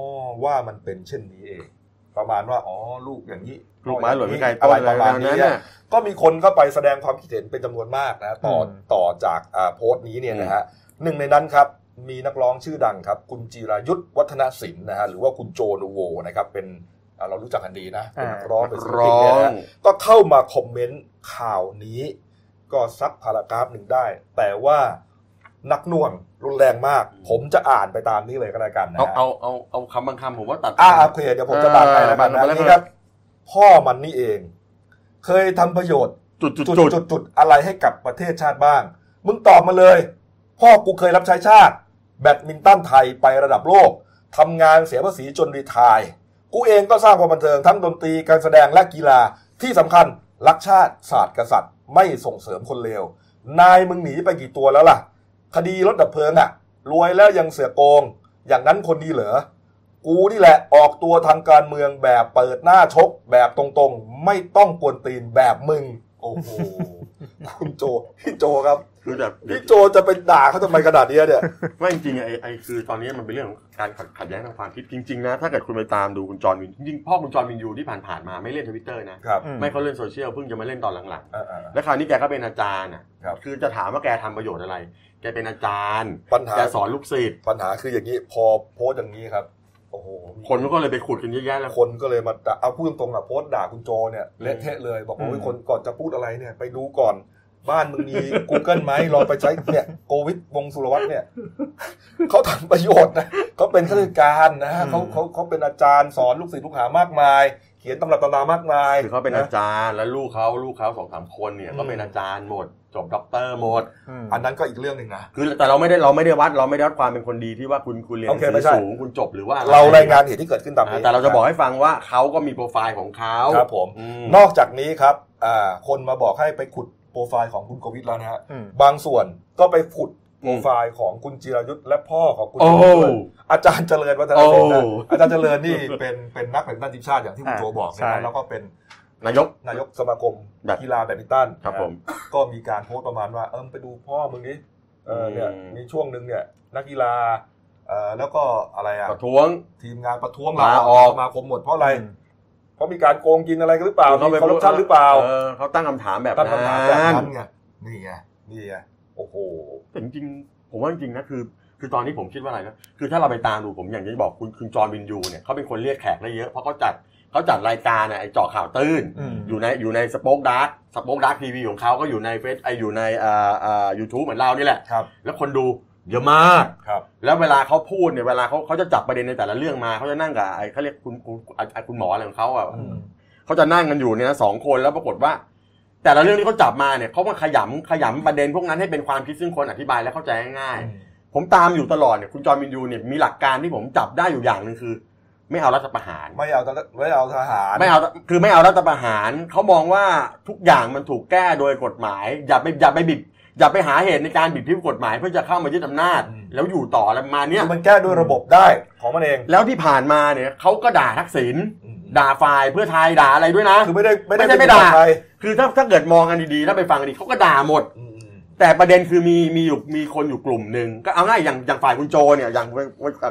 S1: ว่ามันเป็นเช่นนี้เอง ประมาณว่าอ๋อลูกอย่างนี้
S2: ลูกไม้หล่นไม่ไกล
S1: อะ
S2: ต้
S1: ไร
S2: นอะ
S1: ป
S2: ไร
S1: ระ
S2: ป
S1: มา
S2: ระ
S1: ณ
S2: มาณ
S1: นี้
S2: นั้น
S1: เนี่ย
S2: น่ะ
S1: ก็มีคนเข้าไปแสดงความคิดเห็นเป็นจำนวนมากนะต่อ
S3: อืม
S1: ต่อจากอ่าโพสต์นี้เนี่ยนะฮะหนึ่งในนั้นครับ มีนักร้องชื่อดังครับ คุณจีรายุทธวัฒนศิลป์นะฮะหรือว่าคุณโจนูโวนะครับเป็นอ่าเรารู้จักกันดีนะเป็นนักร้องเป็นศิลปินเนี่ยนะฮะ ก็เข้ามาคอมเมนต์ข่าวนี้ ก็ซักพารากราฟหนึ่งได้ แต่ว่านักหน่วงรุนแรงมาก
S2: อืม
S1: ผมจะอ่านไปตามนี้เลยก็แล้วกันนะ
S2: เอา
S1: ฮะ
S2: เอาเอาเอาคำบางคำผมว่าตัด
S1: อ่าโอเคเดี๋ยวผมจะตามไปแล้วกันนะ
S2: เออ
S1: นี่ครับ พ่อมันนี่เอง เคยทำประโยชน์
S2: จุดจุด
S1: จุด
S2: จุด
S1: จุดจุดอะไรให้กับประเทศชาติบ้าง มึงตอบมาเลย พ่อกูเคยรับใช้ชาติ แบดมินตันไทยไประดับโลกทำงานเสียภาษีจนรีไทาย กูเองก็สร้างความบันเทิงทั้งดนตรีการแสดงและกีฬาที่สำคัญรักชาติศาสตร์กษัตริย์ ไม่ส่งเสริมคนเลว นายมึงหนีไปกี่ตัวแล้วล่ะ คดีรถดับเพลิงอะรวยแล้วยังเสือกโกง อย่างนั้นคนดีเหรอ กูนี่แหละออกตัวทางการเมืองแบบเปิดหน้าชกแบบตรงๆ ไม่ต้องกวนตีนแบบมึง โอ้
S2: (laughs)
S1: โห คุณโจ พี่โจครับ
S2: คือแบบ
S1: พี่โจจะไปด่าเขาทำไมขนาดเนี้ยเนี่ย
S2: ไม่จริงๆไอ้ไอ้คือตอนนี้มันเป็นเรื่องของการขัดขัดแย้งทางความคิดจริงๆนะถ้าเกิดคุณไปตามดูคุณจอห์นวินจริงๆพ่อคุณจอห์นวินยูที่ผ่านๆมาไม่เล่นทวิตเตอร์นะครับ
S3: อืม
S2: ไม่เขาเล่นโซเชียลเพิ่งจะมาเล่นตอนหลัง
S1: เออเออ
S2: ๆแล้วคราวนี้แกก็เป็นอาจารย์อ่ะ
S1: ครับ
S2: คือจะถามว่าแกทำประโยชน์อะไร แกเป็นอาจารย์
S1: ปัญหา
S2: แกสอนลูกศิษย์
S1: ปัญหาคืออย่างนี้ พอโพสต์อย่างนี้ครับ โอ้โห
S2: คนก็เลยไปขุดกันเยอะแยะแล้ว
S1: คนก็เลยมาด่าเอาพูดตรงๆอะโพสต์ด่าคุณโจเนี่ยเละเทะเลย บอกว่า
S3: อืม
S1: โอ้ยคนก่อนจะพูดอะไรเนี่ย ไปดูก่อนบ้านมึงมี Google ไหมลองไปใช้เนี่ยโควิดวงศ์สุรวัตรเนี่ยเขาทำประโยชน์นะเขาเป็นข้าราชการนะฮะเขาเขาเขาเป็นอาจารย์สอนลูกศิษย์ลูกหามากมาย เขียนตำรับตำรามากมาย
S2: คือเขาเป็นะ อาจารย์และลูกเขาลูกเขาสองสามคนเนี่ยก็เป็นอาจารย์หมดจบด็อกเตอร์หมด
S3: อืม
S1: อันนั้นก็อีกเรื่องหนึ่งนะ
S2: คือแต่เราไม่ได้เราไม่ได้วัดเราไม่ได้วัดความเป็นคนดีที่ว่าคุณคุณเรียนห
S1: โอ
S2: นัง
S1: เค
S2: สื
S1: ไม่
S2: อ
S1: ใช่
S2: สูงคุณจบหรือว่าอะไ
S1: เรารายงานเหตุที่เกิดขึ้นตาม
S2: อ่า
S1: นี้
S2: แต่เราจะบอกให้ฟังว่าเขาก็มีโปรไฟล์ของเขา
S1: ครับผม
S2: อืม
S1: นอกจากนี้ครับอ่าคนมาบอกให้ไปขุดโปรไฟล์ของคุณโควิดแล้วนะฮะ
S3: อืม
S1: บางส่วนก็ไปขุดโปรไฟล์ของคุณจิรายุทธและพ่อของคุณ
S2: โอ้
S1: จิรายุทธอาจารย์เจริญวัฒนศิลป์นะ
S2: โอ้
S1: อาจารย์เจริญนี่เป็นเป็นนักแบดมินตันทีมชาติอย่างที่คุณโจบอก
S3: ใช่
S1: นะครับแล้วก็เป็น
S2: นายก
S1: นายกสมาคม
S2: แบด
S1: กีฬาแบดมินตัน
S2: ครับผม
S1: ก็มีการโพสต์ประมาณว่าเออไปดูพ่อมึงดิเออเนี่ย
S2: อืม
S1: มีช่วงหนึ่งเนี่ยนักกีฬาเอ่อแล้วก็อะไรอ่ะ
S2: ประท้วง
S1: ทีมงานประท้วง
S2: ลา
S1: เรา
S2: ออก
S1: สมาคมหมดเพราะอะไร เพราะมีการโกงกินอะไรกันหรือเปล่ามีคอร์รัปชันหรือเปล่า
S2: ออเขาตั้งคำถามแบบ
S1: ตั้งคำถามแบบ
S2: นั้น
S1: นั้นไงนี่ไงนี่ไงโอ้โห
S2: แต่จริงๆผมว่าจริงๆนะคือ คือตอนนี้ผมคิดว่าอะไรนะคือถ้าเราไปตามดูผมอย่างที่บอกคุณคุณจอร์นวินยูเนี่ยเขาเป็นคนเรียกแขกได้เยอะเพราะเขาจัดเขาจัดรายการน่ะไอ้เจาะข่าวตื้น
S3: อืม
S2: อยู่ในอยู่ในสป็อคดาร์กสป็อคดาร์กทีวีของเขาก็อยู่ในเฟซไออยู่ในอ่าอ่ายูทูบเหมือนเรานี่แหละ
S1: ครับ
S2: แล้วคนดูเยอะมาก
S1: ครับ
S2: แล้วเวลาเขาพูดเนี่ยเวลาเขาเขาจะจับประเด็นในแต่ละเรื่องมาเขาจะนั่งกับไอ้เขาเรียกคุณคุณอ่ะอ่ะคุณหมออะไรของเขาอ่ะ
S1: อืม
S2: เขาจะนั่งกันอยู่เนี่ยนะสองคนแล้วปรากฏว่า แต่ละเรื่องที่เขาจับมาเนี่ยเขาก็ขยำขยำประเด็นพวกนั้นให้เป็นความคิดซึ่งคนอธิบายและเข้าใจง่ายๆผมตามอยู่ตลอดเนี่ยคุณจอห์นวินยูเนี่ยมีหลักการที่ผมจับได้อยู่อย่างหนึ่งคือ ไม่เอารัฐประหาร
S1: ไม่เอาตอนนั้นไม่เอาทหาร
S2: ไม่เอาคือไม่เอารัฐประหารเขามองว่าทุกอย่างมันถูกแก้โดยกฎหมาย อย่าไปอย่าไปบิดอย่าไปหาเหตุในการบิดพิ้วกฎหมายเพื่อจะเข้ามายึดอำนาจ แล้วอยู่ต่ออะไรประมาณเนี้ย
S1: คือมันแก้ด้วยระบบได้ของมันเอง
S2: แล้วที่ผ่านมาเนี่ยเขาก็ด่าทักษิณด่าฝ่ายเพื่อไทยด่าอะไรด้วยนะ
S1: คือไม่ได้ไม่ได้
S2: ไม่ใช่ไม่
S1: เป็นคน
S2: ด่า
S1: ทย
S2: คือถ้าถ้าเกิดมองกันดีๆถ้าไปฟังกันดีเขาก็ด่าหมด
S1: อืมอืม
S2: แต่ประเด็นคือมีมีอยู่มีคนอยู่กลุ่มหนึ่งก็เอาง่ายอย่างอย่างฝ่ายคุณโจเนี่ยอย่าง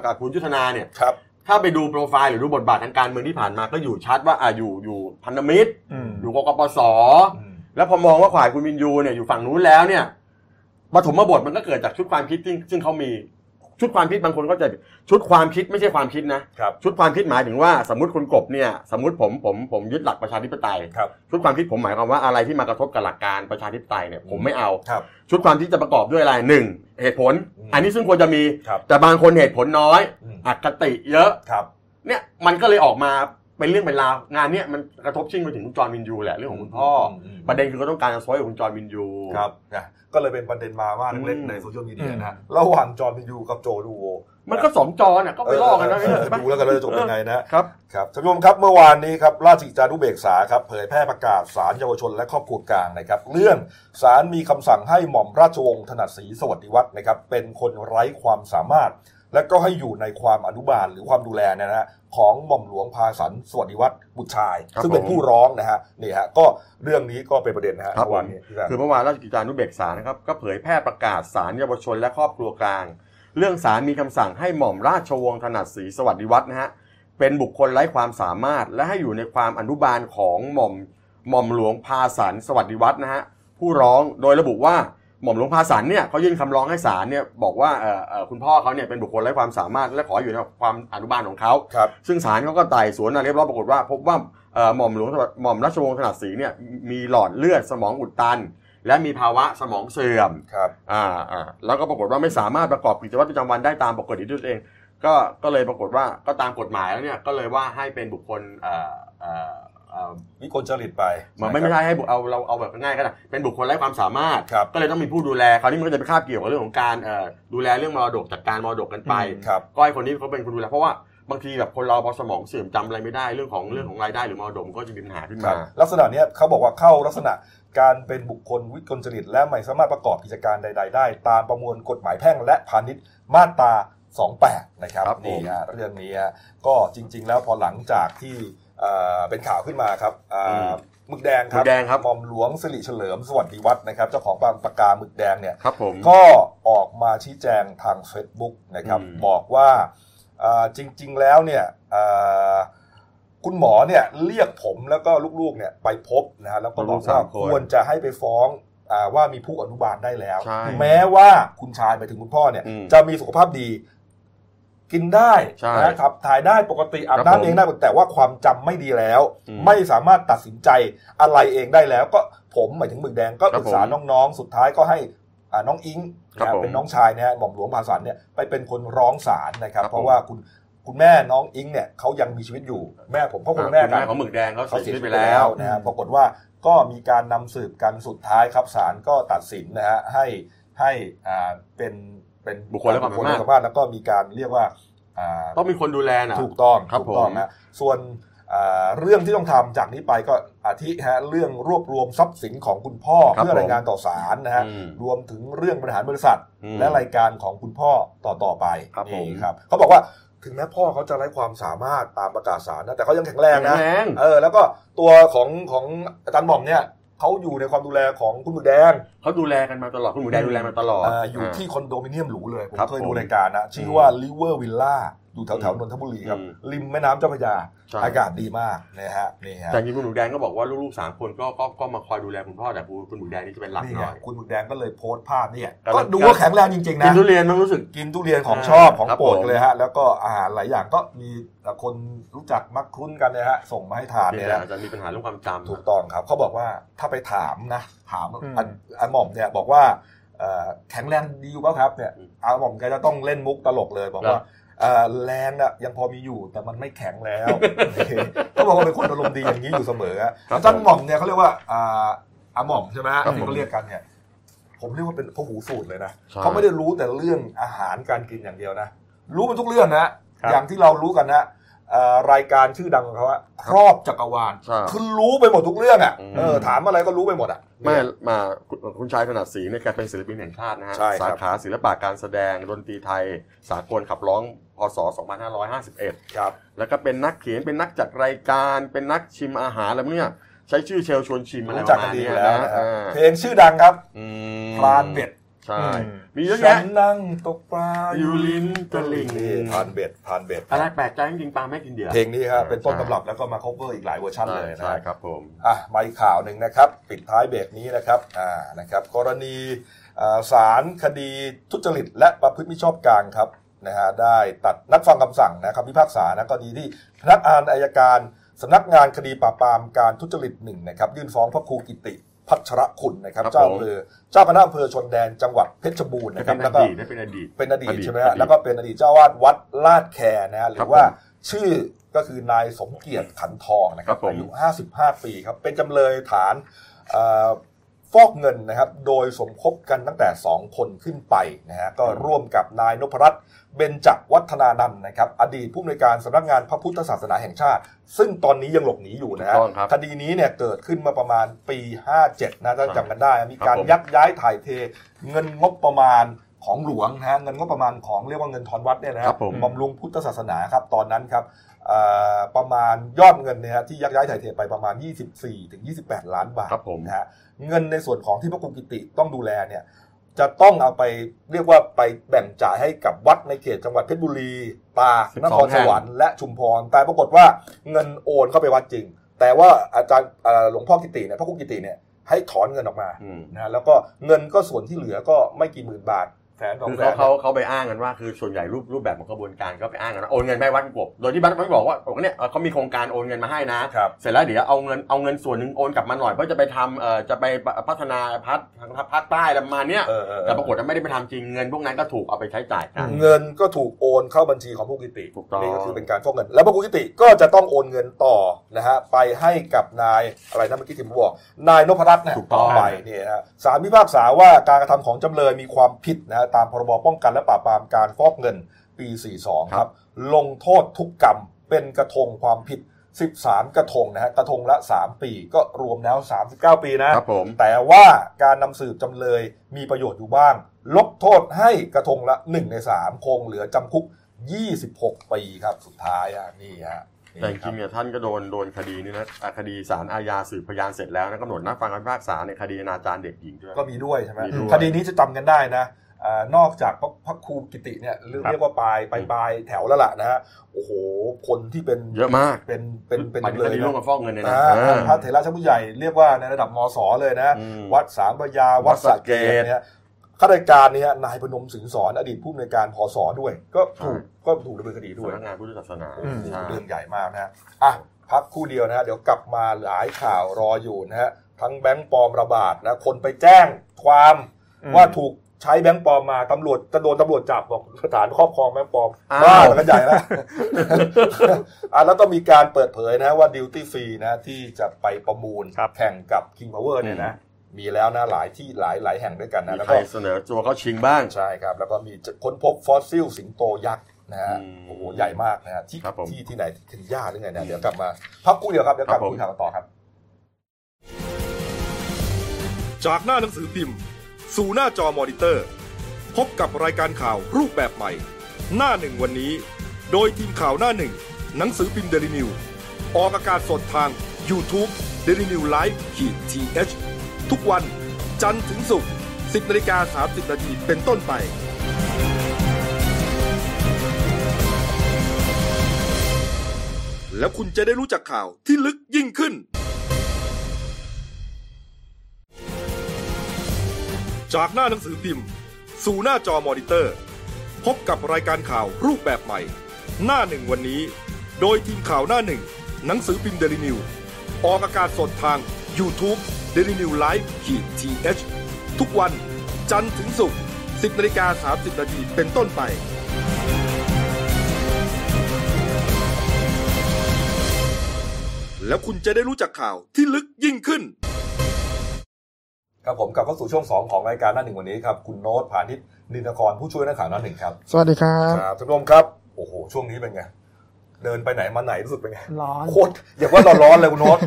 S2: กับคุณยุทธนาเนี่ย
S1: ครับ
S2: ถ้าไปดูโปรไฟล์หรือดูบทบาททางการเมืองที่ผ่านมาก็อยู่ชัดว่าอ่ะอยู่อยู่พันธมิตร
S3: อืม
S2: อยู่กกปส
S1: อืม
S2: แล้วพอมองว่าฝ่ายคุณวินยูเนี่ยอยู่ฝั่งนู้นแล้วเนี่ยปฐมบทมันก็เกิดจากชุดความคิดซึ่งซึ่งเขามี ชุดความคิดบางคนเข้าใจผิดชุดความคิดไม่ใช่ความคิดนะ
S1: ครับ
S2: ชุดความคิดหมายถึงว่าสมมติคุณกบเนี่ยสมมติผมผมผมยึดหลักประชาธิปไตย
S1: ครับ
S2: ชุดความคิดผมหมายความว่าอะไรที่มากระทบกับหลักการประชาธิปไตยเนี่ยผมไม่เอา
S1: ครับ
S2: ชุดความคิดจะประกอบด้วยอะไรหนึ่งเหตุผล
S1: อืม
S2: อันนี้ซึ่งควรจะมี
S1: ครับ
S2: แต่บางคนเหตุผลน้อย
S1: อืม
S2: อคติเยอะ
S1: ครับ
S2: เนี่ยมันก็เลยออกมาเป็นเรื่องเป็นราวงานเนี่ยมันกระทบชิ่งไปถึงคุณจอห์นวินยูแหละเรื่องของคุณพ่ออ
S1: ม
S2: ประเด็นคือเขาต้องการจะซอยของคุณจอห์นวินยู
S1: ครับนะก็เลยเป็นประเด็นมาว่าเล็ก
S2: อืม
S1: ๆในโซเชียลมีเดียนะฮะระหว่างจอร์นวินยูกับโจดูโว
S2: มันก็สองจอน่ะก็ไปลอกกันนะ
S1: เออเออดูแล้วกันว่าจะจบยังไงนะ
S2: ครับ
S1: ครับท่านผู้ชมครับเมื่อวานนี้ครับราชกิจจานุเบกษาครับเผยแพร่ประกาศสารเยาวชนและครอบครัวกลางนะครับ เรื่องสารมีคำสั่งให้หม่อมราชวงศ์ถนัดศรีสวัสดิวัฒน์นะครับเป็นคนไร้ความสามารถ และก็ให้อยู่ในความอนุบาลหรือความดูแลเนยนะฮะของหม่อมหลวงพาสันสวัสดิวัฒน์บุตรชาย
S2: ครับ
S1: ซึ่งเป็น
S2: ผม
S1: ผู้ร้องนะฮะนี่ฮะก็เรื่องนี้ก็เป็นประเด็นนะฮะ
S2: ครับ
S1: เมื่อวานนี้ที่แรก
S2: คือเมื่อวานราชกิจจานุเบกษานะครับก็เผยแพร่ประกาศสารเยาวชนและครอบครัวกลาง เรื่องสารมีคำสั่งให้หม่อมราชวงศ์ถนัดศรีสวัสดิวัฒน์นะฮะเป็นบุคคลไร้ความสามารถ และให้อยู่ในความอนุบาลของหม่อมหม่อมหลวงพาสันสวัสดิวัฒน์นะฮะผู้ร้องโดยระบุว่าหม่อมหลวงพาสันเนี่ยเขายื่นคำร้องให้ศาลเนี่ยบอกว่าเอ่อเอ่อคุณพ่อเขาเนี่ยเป็นบุคคลไร้ความสามารถ และขออยู่ในความอนุบาลของเขา
S1: ครับ
S2: ซึ่งศาลเขาก็ไต่สวนมาเรียบร้อยปรากฏว่า พบว่าเอ่อหม่อมหลวงหม่อมราชวงศ์ถนัดศรีเนี่ยมีหลอดเลือดสมองอุดตัน และมีภาวะสมองเสื่อม
S1: ครับ
S2: อ่าอ่าแล้วก็ปรากฏว่าไม่สามารถประกอบกิจวัตรประจำวันได้ตามปกติด้วยตัวเอง ก็ก็เลยปรากฏว่าก็ตามกฎหมายแล้วเนี่ยก็เลยว่าให้เป็นบุคคลเอ่อเอ่อเอ่อ
S1: วิกลจริตไป
S2: มันไม่ไม่ใช่ให้บุเอาเราเอาแบบง่ายๆก็ได้เป็นบุคคลไร้ความสามารถ
S1: ครับ
S2: ก็เลยต้องมีผู้ดูแลคราวนี้มันก็จะไปคาบเกี่ยวกับเรื่องของการเอ่อดูแลเรื่องมรดกจัดการมรดกกันไป
S1: ครับ
S2: ก็ไอคนนี้เขาเป็นคนดูแลเพราะว่าบางทีแบบคนเราพอสมองเสื่อมจำอะไรไม่ได้เรื่องของเรื่องของรายได้หรือมรดกก็จะมีปัญหาขึ้น
S1: ครั
S2: มา
S1: บลักษณะเนี้ยเขาบอกว่าเข้าลักษณะการเป็นบุคคลวิกลจริต และไม่สามารถประกอบกิจการใด ๆ ได้ ตามประมวลกฎหมายแพ่งและพาณิชย์มาตรา 28 นะครับ
S2: ครับผม
S1: นี่ฮะเรื่องนี้ฮะก็จริง ๆ แล้วพอหลังจากที่เอ่อเป็นข่าวขึ้นมาครับอ่า
S2: อืม
S1: หมึกแดงครั
S2: ห
S1: บ
S2: มึกแดงครับ
S1: หม่อมหลวงสิริเฉลิมสวัสดิวัฒน์นะครับเจ้าของปางปากกาหมึกแดงเนี่ย
S2: ครับผม
S1: ก็ออกมาชี้แจงทาง Facebook นะครับ
S2: อืม
S1: บอกว่าเอ่อจริงๆแล้วเนี่ยเอ่อคุณหมอเนี่ยเรียกผมแล้วก็ลูกๆเนี่ยไปพบนะฮะแล้วก็บ
S2: ลู
S1: อก
S2: กๆสา
S1: ว่าม
S2: คน
S1: ควรจะให้ไปฟ้องอ่าว่ามีผู้อนุบาลได้แล้ว
S2: ใช่
S1: แม้ว่าคุณชายไปถึงคุณพ่อเนี่ย
S2: อืม
S1: จะมีสุขภาพดีกินได้
S2: ใช่
S1: นะขับถ่ายได้ปกติอาบ
S2: ครับผม
S1: น้ำเองได้หมดแต่ว่าความจำไม่ดีแล้ว
S2: อืม
S1: ไม่สามารถตัดสินใจอะไรเองได้แล้ว ก็ผมหมายถึงหมึกแดงก็
S2: ครั
S1: ปรึ
S2: บ
S1: กษา
S2: ผม
S1: น้องๆ สุดท้ายก็ให้ อ่าน้องอิง
S2: ครับ
S1: นะ
S2: ผม
S1: เป็นน้องชายนะฮะหม่อมหลวงภาสันเนี่ยไปเป็นคนร้องศาลนะครับ
S2: ครับผม
S1: เพราะว่าคุณคุณแม่น้องอิงเนี่ยเขายังมีชีวิตอยู่แม่ผมเพราะคุณแม่
S2: คุณ
S1: กั
S2: แม่
S1: น
S2: ของหมึกแดงเขา
S1: เขา
S2: เสี
S1: เสี
S2: ย
S1: ย
S2: ชีวิ
S1: ชี
S2: ต
S1: วิต
S2: ไปแล้
S1: แล้ว วนะฮะปรากฏว่าก็มีการนำสืบกันสุดท้ายครับศาลก็ตัดสินนะฮะให้ให้อ่าเป็นเป็น
S2: บุคคลไร้ความสา
S1: ไร้มา
S2: มารถ
S1: รถแล้วก็มีการเรียกว่าอ่า
S2: ต้องมีคนดูแลนะ
S1: ถูกต้อง
S2: ครับ
S1: ถูกต้อง
S2: ผม
S1: ฮะส่วนเอ่อเรื่องที่ต้องทำจากนี้ไปก็อาทิฮะเรื่องรวบรวมทรัพย์สินของคุณพ่อ เพื่อรายงานต่อศาลนะฮะ
S2: อืม
S1: รวมถึงเรื่องบริหารบริษัท
S2: อืม
S1: และรายการของคุณพ่อต่อต่อไป
S2: ครับผม
S1: นี่ครับเขาบอกว่าถึงแม้พ่อเขาจะไร้ความสามารถตามประกาศศาลนะแต่เขายังแข็งแรง
S2: แข็
S1: นะ
S2: งแรง
S1: (coughs) เออแล้วก็ตัวของของอาจารย์หม่อมเนี่ยเขาอยู่ในความดูแลของคุณหมึกแดง
S2: เขาดูแลกันมาตลอดคุณหมึกแดงดูแลมาตลอด
S1: เอ่ออยู่ที่คอนโดมิเนียมหรูเลยผม
S2: ครับ
S1: เคยดู
S2: ผม
S1: รายการนะชื่อว่า River Villa อยู่แถวแถว
S2: อื
S1: ๆ
S2: ม
S1: นนทบุรีครับ
S2: อืม
S1: ริมแม่น้ำเจ้าพระยา
S2: ใช่
S1: อากาศดีมากนะฮะนี่ฮะ
S2: แต่จริงๆคุณหมึกแดงก็บอกว่าลูกๆสามคนก็ก็ก็มาคอยดูแลคุณพ่อแต่คุณหมึกแดงนี่จะเป็นหลัก
S1: นี่
S2: ห
S1: ไง
S2: น่อย
S1: คุณหมึกแดงก็เลยโพสต์ภาพนี่ไง
S2: กำลัง
S1: ก็ดูว่าแข็งแรงจริง ๆ
S2: กิ
S1: นะ
S2: นทุเรียนมันรู้สึก
S1: กินทุเรียนของ
S2: อ่า
S1: ชอบของ
S2: ครับ
S1: โปรด
S2: ผม
S1: เลยฮะ แล้วก็อาหารหลายอย่างก็มีคนรู้จักมักคุ้นกันเลยฮะ ส่งมาให้ทาน
S2: เพีย
S1: เนี่ย
S2: ง
S1: นะ
S2: แต่อาจจะมีปัญหาเรื่องความจำ
S1: ถูกต้องครับเขาบอกว่าถ้าไปถามนะ ถาม
S3: อืม
S1: อันอันหม่อมเนี่ยบอกว่าเอ่อแข็งแรงดีอยู่เปล่าครับเนี่ย
S2: อืม
S1: อาหม่อมแกจะต้องเล่นมุกตลกเลยบอก
S2: ครั
S1: ว่า
S2: บ
S1: เอ่อแรงอะยังพอมีอยู่แต่มันไม่แข็งแล้ว (laughs) เขาบอกว่าเป็นคนอารมณ์ดีอย่างนี้อยู่เสมอฮะ
S2: ครับ
S1: อาจารย์ห
S2: ผม
S1: ม่อมเนี่ยเขาเรียกว่าอ่าอาหม่อมใช่ไหมฮะ
S2: ครับ
S1: ที่
S2: ผม
S1: เขาเรียกกันเนี่ย ผมเรียกว่าเป็นพหูสูตรเลยนะ
S2: ใช่
S1: เขาไม่ได้รู้แต่เรื่องอาหารการกินอย่างเดียวนะ รู้มันทุกเรื่องนะ
S3: ครับ
S1: อย่างที่เรารู้กันนะเอ่อรายการชื่อดังของเขาอะครอบจักรวาล
S2: ใช่
S1: คือรู้ไปหมดทุกเรื่องอะ
S2: อืม
S1: เออถามอะไรก็รู้ไปหมดอะ
S2: ไม่มาคุณคุณชายถนัดศรีเนี่ยแกเป็นศิลปินแห่งชาตินะฮะ
S1: ใช่ครับ
S2: สาขาศิลปะการแสดงดนตรีไทย สากลขับร้องพศ 2551
S1: ครับ
S2: แล้วก็เป็นนักเขียนเป็นนักจัดรายการเป็นนักชิมอาหารอะไรพวกเนี้ยใช้ชื่อเชลชวนชิมอะไร
S1: รู้
S2: ป
S1: จัก
S2: ระ
S1: กั
S2: มาน ณ
S1: ดีอ
S2: เนี้ย
S1: ยู่แล้ว
S2: นะ
S1: นะฮะ
S2: อ่า
S1: เพลงชื่อดังครับ
S2: อืม
S1: พรานเบ็ด
S2: ใช่
S3: อืม
S2: มีเยอะ
S1: ฉั
S2: แยะ
S1: นนั่งตกปลา
S2: อยู่ลิ้นตะลิง
S1: นี่พรานเบ็ดพรานเบ็ด
S2: อะไรแปลกใจจริงๆปาไม่กินเดือ
S1: เพลงนี้ครับเป็นต้น
S2: ใช่
S1: ตำรับแล้วก็มา cover อีกหลายเวอร์ชันเลยนะ
S2: ใช่
S1: ฮะ
S2: ครับผม
S1: อ่ะมาอีกข่าวหนึ่งนะครับ ปิดท้ายเบรกนี้นะครับอ่านะครับ กรณีอ่าศาลคดีทุจริต และประพฤติมิชอบกลางครับ นะฮะได้ตัดนัดฟังคำสั่งนะคำพิพากษานะกรณีที่พนักงานอายการสำนักงานคดีปราบปรามการทุจริตหนึ่งนะครับยื่นฟ้องพระครูกิติพัชรคุณนะครับ
S2: ครับ
S1: เจ้า
S2: ผม
S1: อำเภอเจ้าคณะอำเภอชนแดนจังหวัดเพชรบูรณ์
S2: นะ
S1: นะ
S2: ค
S1: ค
S2: รั
S1: รั
S2: บบ แล้
S1: แล้ว วก็
S2: ก็ได้เป็นอดีต
S1: เป็นอดีตใช่ไหม
S2: อดี
S1: ฮะ
S2: ต
S1: แล้วก็เป็นอดีตเจ้าวาดวัดลาดแคนะฮะห
S2: ค
S1: รื
S2: รับ
S1: อว่า
S2: ผม
S1: ชื่อก็คือนายสมเกียรติขันทองนะค
S2: ครั
S1: รับบ
S2: ผม
S1: อายุ 55 ปีครับ เป็นจำเลยฐานเอ่อฟอกเงินนะครับ โดยสมคบกันตั้งแต่ 2 คนขึ้นไปนะฮะก็ร่วมกับนายนพรัตน์เบญจวัฒนานันท์นะครับ อดีตผู้อำนวยการสำนักงานพระพุทธศาสนาแห่งชาติ ซึ่งตอนนี้ยังหลบหนีอยู่นะฮะ
S2: ถูกต้องครับ
S1: คดีนี้เนี่ยเกิดขึ้นมาประมาณปี 57 นะถ้าจำกันได้นะมีการ
S2: ครับผม
S1: ยักย้ายถ่ายเท เงินงบประมาณของหลวงนะฮะเงินงบประมาณของเรียกว่าเงินทอนวัดเนี่ยนะ
S2: ค
S1: ค
S2: รั
S1: รั
S2: บบ ผม
S1: บำรุงพุทธศาสนาครับตอนนั้นครับเอ่อประมาณยอดเงินเนี่ยฮะที่ยักย้ายถ่ายเทไปประมาณ 24ถึง28 ล้านบาท
S2: ครับผม
S1: นะฮะเงินในส่วนของที่พระครูกิติต้องดูแลเนี่ยจะต้องเอาไปเรียกว่าไปแบ่งจ่ายให้กับวัดในเขตจังหวัดเพชรบุรีตาก
S2: 12
S1: นครสวรรค์และชุมพรแต่ปรากฏว่าเงินโอนเข้าไปวัดจริง แต่ว่าอาจารย์เอ่อหลวงพ่อกิติเนี่ยพระครูกิติเนี่ยให้ถอนเงินออกมา นะฮะแล้วก็เงินก็ส่วนที่เหลือก็ไม่กี่หมื่นบาทแสนสอง
S2: ือ
S1: แสน
S2: เขาเขาเขาไปอ้างกันว่าคือส่วนใหญ่รูปรูปแบบของกระบวนการก็ไปอ้างกันว่าโอนเงินไปให้วัดกบโดยที่วัดไม่บอกว่าบอกว่าเนี่ยเอ่อเขามีโครงการโอนเงินมาให้นะ
S1: ครับ
S2: เสร็จแล้วเดี๋ยวเอาเงินเอาเงินส่วนหนึ่งโอนกลับมาหน่อยเพื่อจะไปทำเอ่อจะไปพัฒนาพัฒทางภาคใต้อะไรประมาณเนี้ย
S1: เออเออ
S2: แต่ปรากฏว่าไม่ได้ไปทำจริงเงินพวกนั้นก็ถูกเอาไปใช้จ่ายกัน
S1: เงินก็ถูกโอนเข้าบัญชีของผู้กิติ
S2: ถูกต้อง
S1: นี่ก็คือเป็นการฟอกเงิน แล้วผู้กิติก็จะต้องโอนเงินต่อนะฮะไปให้กับนายอะไรนะเมื่อกี้ที่ผมบอกนายนพรัตน์นะ
S2: ถูกต้อง
S1: ไปเนี่ยนะฮะสารพิพากษาว่าการกระทำของจำเลยมีความผิดนะฮะตามพรบป้องกันและปราบปรามการฟอกเงินปี 42 ครับ ลงโทษทุกกรรมเป็นกระทงความผิด 13 กระทงนะฮะกระทงละ 3 ปีก็รวมแล้ว 39 ปีนะ
S2: ครับผม
S1: แต่ว่าการนำสืบจำเลยมีประโยชน์อยู่บ้าง ลดโทษให้กระทงละ 1 ใน 3 คงเหลือจำคุก 26 ปีครับสุดท้ายอ่ะนี่ฮะนี่
S2: แต่จ
S1: ค
S2: ริ
S1: รับ
S2: งๆเนี่ยท่านก็โดนโดนคดีนี้นะอ่ะคดีสารอาญาสืบพยานเสร็จแล้วนะกำหนดนัดฟังคำพิพากษาในคดีอนาจารเด็กหญิงด้วย
S1: ก็มีด้วยใช่ไหม
S2: มีด้วย
S1: คดีนี้จะจำกันได้นะอานอกจากพระพระครูกิติเนี่ยเรียก
S3: ครับ
S1: เรียกว่าปลายปลายปลายแถวแล้วล่ะนะฮะโอ้โห คนที่เป็น
S2: เยอะมาก
S1: เป็นเป็นเป็น
S2: ไปถึงค
S1: เลย
S2: ดีร่วมกั
S1: นะ
S2: บฟอกเงินเนี่ย
S1: นะ
S2: นะ
S1: ฮะ
S2: อ่า
S1: พระเถระชั้นผู้ใหญ่เรียกว่าในระดับมศเลยนะ
S2: อืม
S1: วัดสามพระยา วัดสระเกดเนี่ยข้าราชการเนี่ยนายพนมสิงห์สอนอดีตผู้อำนวยการพศด้วย ก็ถูกก็ถูกดำเนินคดีด้วย
S2: สำนักงานพุทธศาสนา
S1: โอ้โห
S2: ใช่
S1: เรื่องใหญ่มากนะฮะอ่ะพักครู่เดียวนะฮะเดี๋ยวกลับมาหลายข่าวรออยู่นะฮะทั้งแบงค์ปลอมระบาดนะคนไปแจ้งความ
S3: อืม
S1: ว่าถูกใช้แบงค์ปลอมมาตำรวจจะโดนตำรวจจับบอกฐานครอบครองแบงค์ปลอม
S2: อ้าว
S1: บ้าแล้วกันใหญ่แล้ว (laughs) อ่ะแล้วก็มีการเปิดเผยนะฮะว่าดิวตี้ฟรีนะที่จะไปประมูล
S3: ครับ
S1: แข่งกับ King Power เนี่ยนะ มีแล้วนะหลายที่หลายหลายแห่งด้วยกันนะ
S2: มี
S1: แล้ว
S2: ใคร
S1: ก็
S2: เสนอตัวเข้าชิงบ้าง
S1: ใช่ครับ แล้วก็มีค้นพบฟอสซิลสิงโตยักษ์นะฮะ
S2: อืม
S1: โอ้โหใหญ่มากนะฮะที่
S2: ครับผม
S1: ที่ที่ไหนเคนยาหรือไงเนี่ยเดี๋ยวกลับมา พักกูเดียวครับเดี๋ยวกลับ
S2: ครับผม
S1: คุยข่าวกันต่อครับ
S4: จากหน้าหนังสือพิมพ์ สู่หน้าจอมอนิเตอร์ พบกับรายการข่าวรูปแบบใหม่ หน้าหนึ่งวันนี้ โดยทีมข่าวหน้าหนึ่ง หนังสือพิมพ์เดลิวิวออกอากาศสดทาง YouTube d e l i n e w l i v e ขีดทีทุกวันจันทร์ถึงศุกร์10นาฬิกา30นาทีเป็นต้นไป แล้วคุณจะได้รู้จักข่าวที่ลึกยิ่งขึ้น จากหน้าหนังสือพิมพ์ สู่หน้าจอมอนิเตอร์ พบกับรายการข่าวรูปแบบใหม่ หน้าหนึ่งวันนี้ โดยทีมข่าวหน้าหนึ่ง หนังสือพิมพ์เดลิวิวออกอากาศสดทาง YouTube d e l i n e w l i v e ขีดทีทุกวันจันทร์ถึงศุกร์10นาฬิกา30นาทีเป็นต้นไป แล้วคุณจะได้รู้จักข่าวที่ลึกยิ่งขึ้น
S1: ครับผมกลับเข้าสู่ช่วง 2 ของรายการหน้าหนึ่งวันนี้ครับคุณโน้ตผานิชนินทกรผู้ช่วยนักข่าวหน้าหนึ่งครับ
S5: สวัสดีครับ
S1: ครับท่านผู้ชมครับโอ้โหช่วงนี้เป็นไงเดินไปไหนมาไหนรู้สึกเป็นไง
S5: ร้อน
S1: โคตรอย่าว่าเราร้อนเลยคุณโน้ต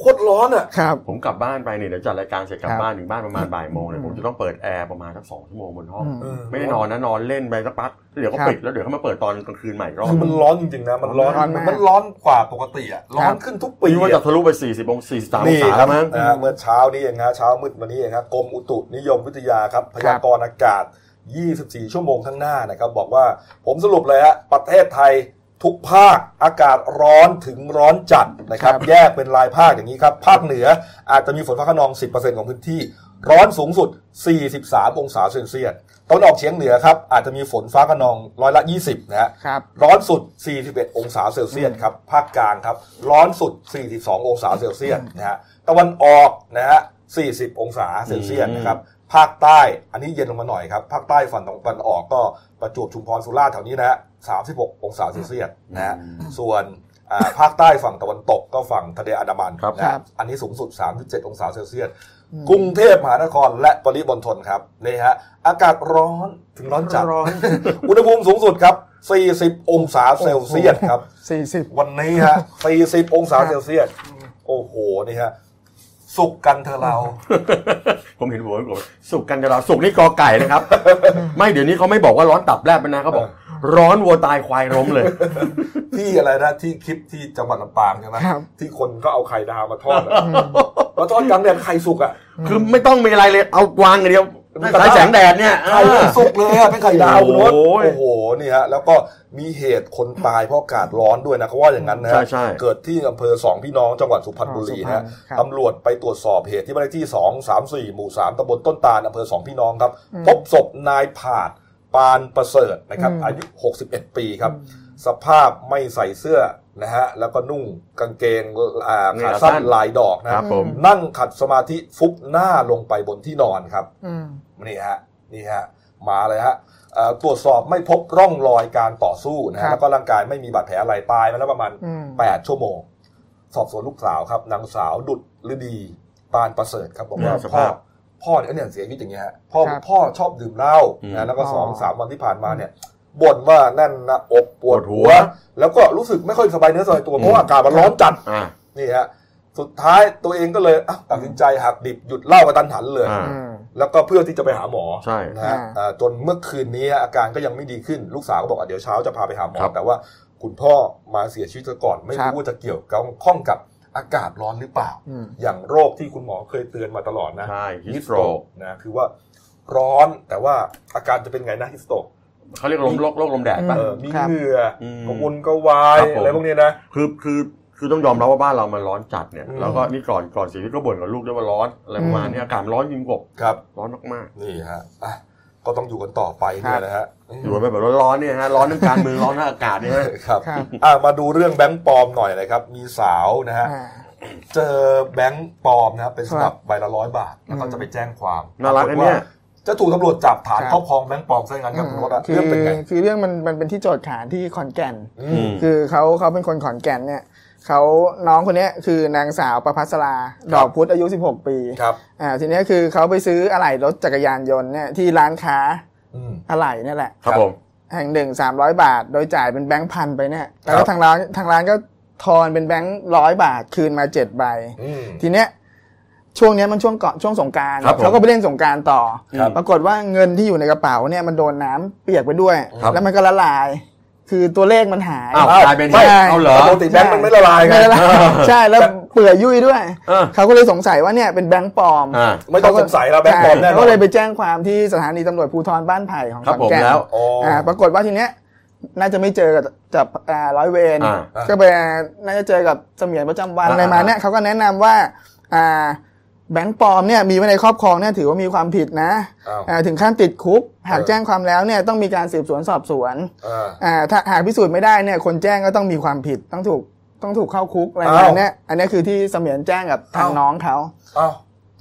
S1: โคตรร้อนอ่ะ
S5: ครับ
S2: ผมกลับบ้านไปเนี่ยเดี๋ยวจัดรายการเสร็จกลั
S5: ครับ บ
S2: บ้านถึงบ้านประมาณบ่ายโมงเนี่ย
S5: อืม
S2: ผมจะต้องเปิดแอร์ประมาณสักสองชั่วโมงบนห้อง
S5: อืม
S1: เออ
S2: ไม่ได้นอนนะนอนเล่นไปสักพักเดี๋ยวเขา
S5: ครับ
S2: ปิดแล้วเดี๋ยวเขามาเปิดตอนกลางคืนใหม่อีกรอบ
S1: คือมันร้อนจริงๆนะมันร้อน
S5: ร้อนมาก
S1: มันร้อนกว่าปกติอ่ะร้อ
S5: ครั
S1: น
S5: บ
S1: ขึ้นทุกปี
S2: ปีว่า
S1: อะ
S2: จะทะลุไป 40องศา43อง
S1: นี่
S2: ศา
S1: ครั
S2: แล้วมั้ง
S1: นะฮะเมื่อเช้านี้เองนะเช้ามืดวันนี้เองครับกรมอุตุนิยมวิทยาครับ พยากรณ์อากาศ 24 ชั่วโมงข้างหน้านะครับ บอกว่าผมสรุปเลยฮะประเทศไทยทุกภาคอากาศร้อนถึงร้อนจัดนะครับ
S5: ครับ
S1: แยกเป็นรายภาคอย่างนี้ครับ ภาคเหนืออาจจะมีฝนฟ้าขนอง 10%ของพื้นที่ ร้อนสูงสุด 43 องศาเซลเซียสตอนออกเฉียงเหนือครับอาจจะมีฝนฟ้าขนองร้อยละ 20 นะฮะ
S5: ครับ
S1: ร้อนสุด 41 องศาเซลเซียสครับ ภาคกลางครับ ร้อนสุด 42 องศาเซลเซียสนะฮะ ตะวันออกนะฮะ 40 องศาเซลเซียสนะครับ ภาคใต้ อันนี้เย็นลงมาหน่อยครับ ภาคใต้ฝั่งตะวันออกก็ประจวบชุมพรสุราษฎร์แถวนี้นะฮะ 36 องศาเซลเซียสนะฮะ ส่วนอ่าภาคใต้ฝั่งตะวันตกก็ฝั่งทะเลอันดามัน
S2: ครับ
S1: นะ
S5: ครั
S1: ฮะ
S5: บ
S1: อันนี้สูงสุด 37 องศาเซลเซียส กรุงเทพมหานครและปริมณฑลครับนี่ฮะ อากาศร้อนถึงร้อนจัด
S2: ร้อน
S1: (laughs) อุณหภูมิสูงสุดครับ 40 องศาเซลเซียสครับ
S5: สี่สิบ
S1: วันนี้ฮะ 40 องศาเซลเซียส โอ้โห นี่ฮะ สุกกันเธอะเรา
S2: ผมเห็นหัวผมบอกสุกกันเดี๋ยวเราสุกนี่กอไก่นะครับ ไม่เดี๋ยวนี้เขาไม่บอกว่าร้อนตับแลบแล้วนะเขาบอก ร้อนวัวตายควายล้มเลย
S1: ที่อะไรนะ ที่คลิปที่จังหวัดลำปางใช่ไหม
S5: ครับ
S1: ที่คนก็เอาไข่ดาวมาทอดอะมาทอดกลางแดดไข่สุกอ่ะ
S2: คือไม่ต้องมีอะไรเลยเอาวางอย่างเดียวสายแสงแดดเนี่ย
S1: ไข่
S2: เออ
S1: สุกเลยอะเป็นไข่ดาวคุณโน้ต
S2: โอ้ย
S1: โอ้โหนี่ฮะแล้วก็มีเหตุคนตายเพราะอากาศร้อนด้วยนะเขาว่าอย่างนั้นนะฮะ
S2: ใช่ใช่
S1: เกิดที่อำเภอสองพี่น้องจังหวัดสุพรรณบุรี
S5: อ๋อสุพรรณ
S1: ฮะ
S5: ครับ
S1: ตำรวจไปตรวจสอบเหตุที่บ้านเลขที่ 2 3 4 หมู่ 3ตำบลต้นตาลอำเภอสองพี่น้องครับ พบศพนายผาด ปานประเสริฐนะครับ อายุ 61 ปีครับ สภาพไม่ใส่เสื้อนะฮะ แล้วก็นุ่งกางเกงอ่าขาสั้น
S2: ขาสั้น
S1: ลายดอกนะ
S2: ค
S1: ค
S2: รั
S1: รั
S2: บบ ผม
S1: นั่งขัดสมาธิฟุบหน้าลงไปบนที่นอนครับ
S5: อืม
S1: นี่ฮะนี่ฮะมาเลยฮะเอ่อตรวจสอบไม่พบร่องรอยการต่อสู้นะ
S5: ครั
S1: ฮะ
S5: บ
S1: แล้วก็ร่างกายไม่มีบาดแผลอะไรตายมาแล้วประมาณ
S5: อืม
S1: 8 ชั่วโมง สอบสวนลูกสาวครับนางสาวดุดฤดีปานประเสริฐครับบอกว่า
S2: เนี่ยส
S1: พ่อ
S2: ภาพ
S1: พ่อเนี่ยเนี่ยเสียชีวิตอย่างเงี้ยฮะพ่อ
S5: ครับ
S1: พ่อชอบดื่มเหล้า
S2: อืม
S1: นะแล้วก็สอง
S5: อ๋อ
S1: สามวันที่ผ่านมาเนี่ยบ่นว่าแน่นหน้าอกปวด
S2: ปวดหั
S1: หั
S2: ว
S1: ว แล้วก็รู้สึกไม่ค่อยสบายเนื้อสบายตัวเพ
S2: อื
S1: ราะ
S2: ม
S1: ว่าอากาศมันร้อนจัด
S2: อ่า
S1: นี่ฮะสุดท้ายตัวเองก็เลยอ่ะตัดสินใจหักดิบหยุดเหล้ากระตันหันเลย
S2: อ่า
S5: อืม
S1: แล้วก็เพื่อที่จะไปหาหมอ
S2: ใช่
S1: นะฮะ
S5: อ่า
S1: อ่าจนเมื่อคืนนี้ฮะอาการก็ยังไม่ดีขึ้น ลูกสาวก็บอกว่าเดี๋ยวเช้าจะพาไปหาหมอ
S2: ครับ
S1: แต่ว่าคุณพ่อมาเสียชีวิตซะก่อน ไม่รู้ว่าจะเกี่ยวกับข้องกับอากาศร้อนหรือเปล่า
S5: อืม
S1: อย่างโรคที่คุณหมอเคยเตือนมาตลอดนะ
S2: ใช่ฮิสโตรก
S1: นะคือว่าร้อนแต่ว่าอาการจะเป็นไงนะฮิสโตรก
S2: เขาเรียกลมโรคโรคลมแดด
S5: อื
S2: ป่ะ
S1: เออมี
S5: ครับ
S1: เหงื่ออก
S2: ม
S1: ระวนกระวาย
S2: ครับผม
S1: อะไรพวกเนี้ยนะ
S2: คือคือคือต้องยอมรับว่าบ้านเรามันร้อนจัดเนี่ย
S1: อืม
S2: แล้วก็นี่ก่อนก่อนเสียชีวิตก็บ่นกับลูกด้วยว่าร้อนอะไรประมาณ
S5: อืม
S2: เนี้ยอากาศมันร้อนจริงกบ
S1: ครับ
S2: ร้อนมาก
S1: นี่ฮะอ่ะก็ต้องอยู่กันต่อไปเนี่ยนะฮะอื
S2: ๆ
S1: ม
S2: อยู่แบบร้อนๆเนี่ยฮะร้อนทั้งการเมืองร้อนทั้งอากาศเนี่ยฮะ
S1: ครับ
S5: ครับ
S1: อ่ะมาดูเรื่องแบงค์ปลอมหน่อยนะครับ มีสาวนะฮะ
S5: อ่า
S1: เจอแบงค์ปลอมนะครับเป็นสนับใบละร้อยบาท แล้วก็
S5: อืม
S1: จะไปแจ้งความ
S2: น่ารัก
S1: ปฏ
S2: อันเนี้ย
S1: ว่าจะถูกตำรวจจับฐาน
S5: ครับ
S1: ครอบครองแบงค์ปลอมซะอย่างนั้นครับคุณรถอะ
S5: คื
S1: เรื่องเป็นไง
S5: คือเรื่องมันมันเป็นที่โจทย์ขานที่ขอนแก่น
S1: อืม
S5: คือเขาเขาเป็นคนขอนแก่นเนี่ยเขาน้องคนเนี้ยคือนางสาวประภัสราดอกพุธอายุ 16 ปี
S1: ครับ
S5: อ่าทีเนี้ยคือเขาไปซื้ออะไหล่รถจักรยานยนต์เนี่ยที่ร้านค้า
S1: อืม
S5: อะไหล่เนี่ยแหละ
S2: ครับผม
S5: แห่งหนึ่งสามร้อยบาท โดยจ่ายเป็นแบงค์พันไปเนี่ยแล้ว
S1: ครั
S5: ก็
S1: บ
S5: ทางร้านทางร้านก็ทอนเป็นแบงค์ร้อยบาทคืนมาเจ็ดใบ
S1: อืม
S5: ทีเนี้ยช่วงเนี้ยมันช่วงเกาะช่วงสงกราร
S2: ครับผม
S5: เขาก็ไปเล่นสงกรารต่อ
S1: ครับ
S5: ปรากฏว่าเงินที่อยู่ในกระเป๋าเนี่ยมันโดนน้ำเปียกไปด้วย
S2: ครับ
S5: แล้วมันก็ละลาย คือตัวเลขมันหาย
S2: อ้าว
S1: อ้าว
S2: กลายเป็น
S5: ไม่
S2: เอาเหรอ
S1: ปกติแบงค์มันไม่ละลายไง
S5: ไม่ละลายใช่แล้ว
S1: แต่
S5: เปื่อยยุ่ยด้วย
S2: เออ
S5: เขาก็เลยสงสัยว่าเนี่ยเป็นแบงค์ปลอม
S2: อ่า
S1: ไม่ต้องสงสัยแล้วแบงค์ปลอมแน่นอ
S5: เขาก็
S1: น
S5: เลยไปแจ้งความที่สถานีตำรวจภูธรบ้านไผ่ของ
S2: ครับ
S5: ขอนแก่
S2: ผม
S5: น
S2: แล้ว
S1: อ๋ออ
S5: อ่าปรากฏว่าทีเนี้ยน่าจะไม่เจอกับจับอ่าร้อยเวร
S2: อ่า
S1: อ่า
S5: ก็ไปน่าจะเจอกับเสมียนประจำวัน
S2: อ่า
S5: อะไรมาเนี่ยเขาก็แนะนำว่าอ่าแบงค์ปลอมเนี่ยมีไว้ในครอบครองเนี่ยถือว่ามีความผิดนะ
S1: อ้าว
S5: อ่าถึงขั้นติดคุก หาก
S1: เออ
S5: แจ้งความแล้วเนี่ยต้องมีการสืบสวนสอบสวน
S1: อ่า
S5: อ่าถ้าหากพิสูจน์ไม่ได้เนี่ยคนแจ้งก็ต้องมีความผิดต้องถูกต้องถูกเข้าคุกอะไรมา
S1: อ้าว
S5: เนี่ยอันเนี้ยคือที่เสมียนแจ้งกับทาง
S1: อ้าว
S5: น้องเขา
S1: อ้าว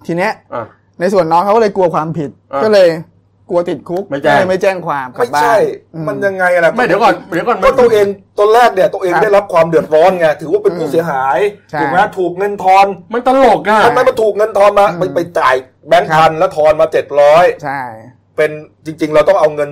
S5: ทีเนี้ย
S2: อ่า
S5: ในส่วนน้องเขาก็เลยกลัวความผิด
S2: อ่า
S5: ก็เลยกลัวติดคุก
S2: ไม่แจ้ง
S5: ก็เลยไม่แจ้งความกลั
S1: ไม่
S5: บบ้าน
S1: ใช่
S5: อืม
S1: มันยังไงล่ะ
S2: ไม่เดี๋ยวก่อนเดี๋ยวก่อน
S1: ก็ตัวเองตอนแรกเนี่ยตัวเอง
S5: ครับ
S1: ได้รับความเดือดร้อนไงถือว่าเป็นผู้
S5: อืม
S1: เสียหาย
S5: ใช่
S1: ถูกไหมถูกเงินทอน
S2: มันตลกอ่ะ
S1: ทำไมมันถูกเงินทอนมา
S5: อืม
S1: ไปไปจ่ายแบงค์พันแล้วทอนมาเจ็ดร้อย
S5: ใช่
S1: เป็นจริง ๆ เราต้องเอาเงิน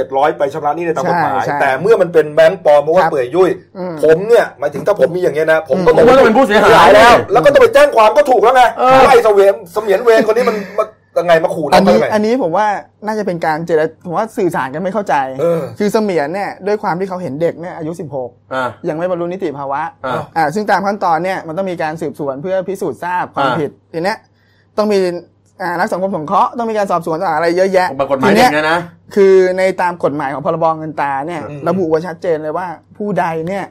S1: 700 ไปชำระหนี้ในตามกฎหมาย
S5: ใช่ใช่
S1: แต่เมื่อมันเป็นแบงก์ปลอมเพราะว่า
S5: ครับ
S1: เปื่อยยุ่ย
S5: อืม
S1: ผมเนี่ยหมายถึงถ้าผมมีอย่างเงี้ยนะ ผมก็
S5: อืม
S1: ตก
S2: ผมว่าเราเป็นผู้เสียหาย
S1: แล้ว แล้วก็ต้องไปแจ้งความก็ถูกแล้วไง
S2: เออ
S1: ไล่เสวียนเสมียนเวรคนนี้มันมันยังไงมาขู่
S5: อั
S1: เรา
S5: น
S1: ได้
S5: นี้
S1: ไง
S5: อันนี้ผมว่าน่าจะเป็นการเจรจาผมว่าสื่อสารกันไม่เข้าใจ
S1: เออ
S5: คือเสมียนเนี่ยด้วยความที่เขาเห็นเด็กเนี่ยอายุ 16
S2: อ่า
S5: ยังไม่บรรลุนิติภาวะ
S2: อ่า
S5: อ่าซึ่งตามขั้นตอนเนี่ยมันต้องมีการสืบสวนเพื่อพิสูจน์ทราบความ
S2: อ่า
S5: ผิดทีเนี้ยต้องมีอ่านักสังคมสงเคราะห์ต้องมีการสอบสวนอะไรเยอะแยะ
S2: ปรากฏหมาย
S5: ที
S2: เด็
S5: เนี้
S2: กเนี่ยนะ
S5: คือในตามกฎหมายของพรบเงินตราเนี่ย
S1: อืม
S5: ระบุไว้ชัดเจนเลยว่าผู้ใดเนี่ย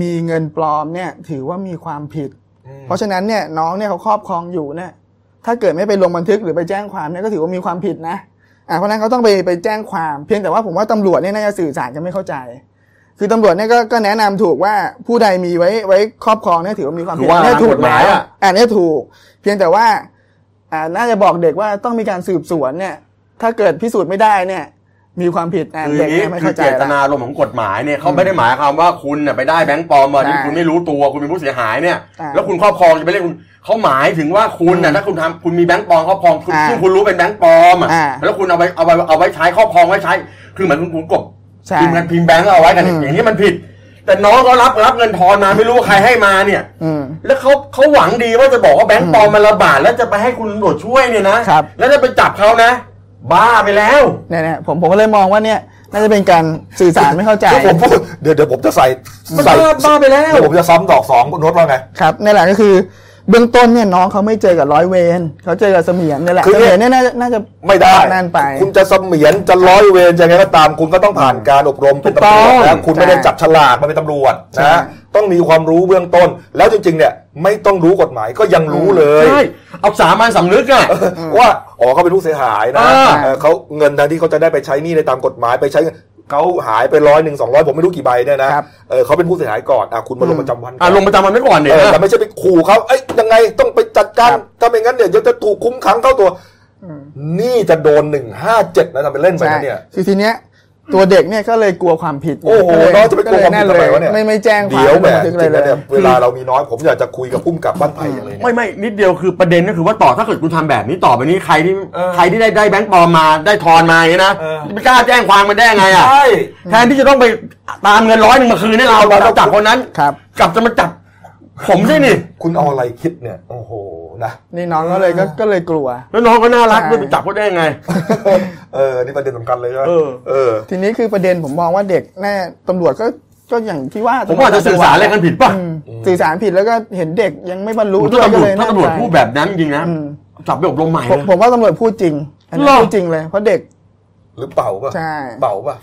S5: มีเงินปลอมเนี่ยถือว่ามีความผิด เพราะฉะนั้นเนี่ยน้องเนี่ยเขาครอบครองอยู่เนี่ย ถ้าเกิดไม่ไปลงบันทึกหรือไปแจ้งความเนี่ยก็ถือว่ามีความผิดนะอ่าเพราะฉะนั้นเขาต้องไปไปแจ้งความเพียงแต่ว่าผมว่าตำรวจเนี่ยน่าจะสื่อสารกันไม่เข้าใจ คือตำรวจเนี่ยก็ก็แนะนำถูกว่าผู้ใดมีไว้ไว้ครอบครองเนี่ยถือว่ามีความผิด
S2: คือว่า
S5: เนี่ยถู
S2: ตามกฎหมาย
S5: แล้ว
S2: อะ
S5: อ่าเนี่ยถูก เพียงแต่ว่าอ่าน่าจะบอกเด็กว่าต้องมีการสืบสวนเนี่ย ถ้าเกิดพิสูจน์ไม่ได้เนี่ย มีความผิดอ่ะ
S2: คืออ
S5: เด็ก
S2: ย่างนี้
S5: เนี่ยไม่
S2: คือ
S5: เข้าใจ
S2: เจต
S5: แล้ว
S2: นาลมณ์ของกฎหมายเนี่ยเขาไม่ได้หมายความว่าคุณน่ะไปได้แบงค์ปลอมมาที่
S5: ใช่
S2: คุณไม่รู้ตัวคุณเป็นผู้เสียหายเนี่ย
S5: อ่า
S2: แล้วคุณครอบครองจะไปเรียกคุณเขาหมายถึงว่าคุณน่ะถ้าคุณทำคุณมีแบงค์ปลอมครอบครองคุณ
S5: อ่า
S2: ซึ่งคุณรู้เป็นแบงค์ปลอมอ่ะ
S5: อ่า
S2: แล้วคุณเอาไปเอาไปเอาไว้ใช้ครอบครองไว้ใช้ คือเหมือนคุณคุณกบ
S5: ใช่
S2: พิมพ์กันพิมพ์แบงค์เอาไว้กัน
S5: อืม
S2: อย่างนี้มันผิด แต่น้องก็รับรับเงินทอนมาไม่รู้ว่าใครให้มาเนี่ย
S5: อืม
S2: แล้วเขาเขาหวังดีว่าจะบอกว่าแบงค์ปลอมมันระบาดแล้วจะไปให้คุณตำรวจช่วยเนี่ยนะครับ แล้วจะไปจับเขานะ บ้าไปแล้ว
S5: เนี่ยเนี่ยผมผมก็เลยมองว่าเนี่ยน่าจะเป็นการสื่อสารไม่เข้าใจ
S6: คือผมพูดเดี๋ยวเดี๋ยวผมจะใส่
S2: มัน
S6: ใส่
S2: บ้าบ้าไปแล้ว
S6: เดี๋ยวผมจะซ้ำดอกสองคุณโน้ตว่าไง
S5: ครับนี่นแหละก็คือเบื้องต้นเนี่ยน้องเขาไม่เจอกับร้อยเวรเขาเจอกับเสมียนนี่แหละ
S6: คือ
S5: เสมีย
S6: เนี่ย
S5: นเนี่ยน่าจะน่าจะ
S6: ไม่ได้
S5: นั่นไป
S6: คุณจะเสมียนจะร้อยเวรยังไงก็ตาม คุณก็ต้องผ่านการอบรมเป็นตำรวจ
S2: ถูกต้
S6: นะ
S2: อง
S6: คุณไม่ได้จับฉลากมาเป็นตำรวจ
S5: ใช่
S6: นะต้องมีความรู้เบื้องต้น แล้วจริงๆเนี่ยไม่ต้องรู้กฎหมายก็ยังรู้เลย
S2: ใช่เอาสามัญสำนึกอ่ะ
S6: ว่าอ๋อเขาเป็นผู้เสียหายนะ
S2: อ่า
S6: เออเขาเงินแทนที่เขาจะได้ไปใช้หนี้ในตามกฎหมายไปใช้เงินเขาหายไปร้อยหนึ่งสองร้อยผมไม่รู้กี่ใบเนี่ยนะครับ เออเขาเป็นผู้เสียหายก่อนอ่ะคุณมาลงประจำวันก่
S2: อ่ะ
S6: อน
S2: ลงประจำวันไว้ก่อนเนี่ย
S6: เออแต่ไม่ใช่ไปขู่เขาเอ้ยยังไงต้องไปจัดการ
S5: ครับ
S6: ถ้าไม่งั้นเนี่ยเดี๋ยวจะถูกคุ้มขังเข้าตัว
S5: อืม
S6: นี่จะโดนหนึ่งห้าเจ็ดนะทำเป็นเล่นไป
S5: ใช่
S6: นะเนี่ย
S5: คือทีเนี้ยตัวเด็กเนี่ยก็เลยกลัวความผิด
S6: โอ้โห
S5: ก็เลย
S6: น้องจะไปกลัวความผิดทำไมวะเนี่ย
S5: ไม่ไม่แจ้งความ
S6: เดี๋ยวแหม
S5: ไม่บัน
S6: จ
S5: ทึ
S6: ริ
S5: กอะ
S6: งๆ
S5: ไรเล
S6: นะ
S5: ย
S6: เนี่ยเวลาเรามีน้อยผมอยากจะคุยกับพุ่มกับบ้านไผ่อย่างเลยเนี่ย
S2: ไม่ไม่นิดเดียวคือประเด็นก็คือว่าต่อถ้าเกิดคุณทำแบบนี้ต่อไปนี้ใครที่
S6: เออ
S2: ใครที่ได้ได้แบงค์ปลอมมาได้ทอนมาอย่างนี้นะ
S6: เออ
S2: ไม่กล้าแจ้งความมันได้ยังไงอ่ะ
S6: ใช่
S2: แทนที่จะต้องไปตามเงินร้อยหนึ่งมาคืนให้เราเราจับคนนั้น
S5: ครับ
S2: กลับจะมาจับ ผมได้นี่
S6: คุณเอาอะไรคิดเนี่ย โอ้โห
S5: (laughs)
S6: นะ
S5: นี่น้องก็เลยก็ก็เลยกลัว
S2: แล้วน้องก็น่ารัก
S5: ใช่
S2: ด้วยไปจับเขาได้ยังไง
S6: เออนี่ประเด็นสำคัญเลยใช่ไหม
S2: เออ
S6: เออ
S5: ทีนี้คือประเด็นผมมองว่าเด็กแน่ตำรวจก็ก็อย่างที่ว่า
S2: ผมว่าอาจจะสื่อสารอะไรกันผิดป่ะ
S5: อืมสื่อสารผิดแล้วก็เห็นเด็กยังไม่บรรลุ
S2: ถ้าตำรวจ
S5: ก็เลย
S2: ถ้าตำรวจ
S5: นั่นไป
S2: พูดแบบนั้นจริงนะ
S5: อืม
S2: จับไปอบรมใหม่
S5: ผ
S2: เล
S5: ม
S2: ย
S5: ผมว่าตำรวจพูดจริงอันนี้
S2: หรอ
S5: พูดจริงเลยเพราะเด็ก
S6: หรือเป่าป่ะ
S5: ใช่
S6: เป่าป่ะ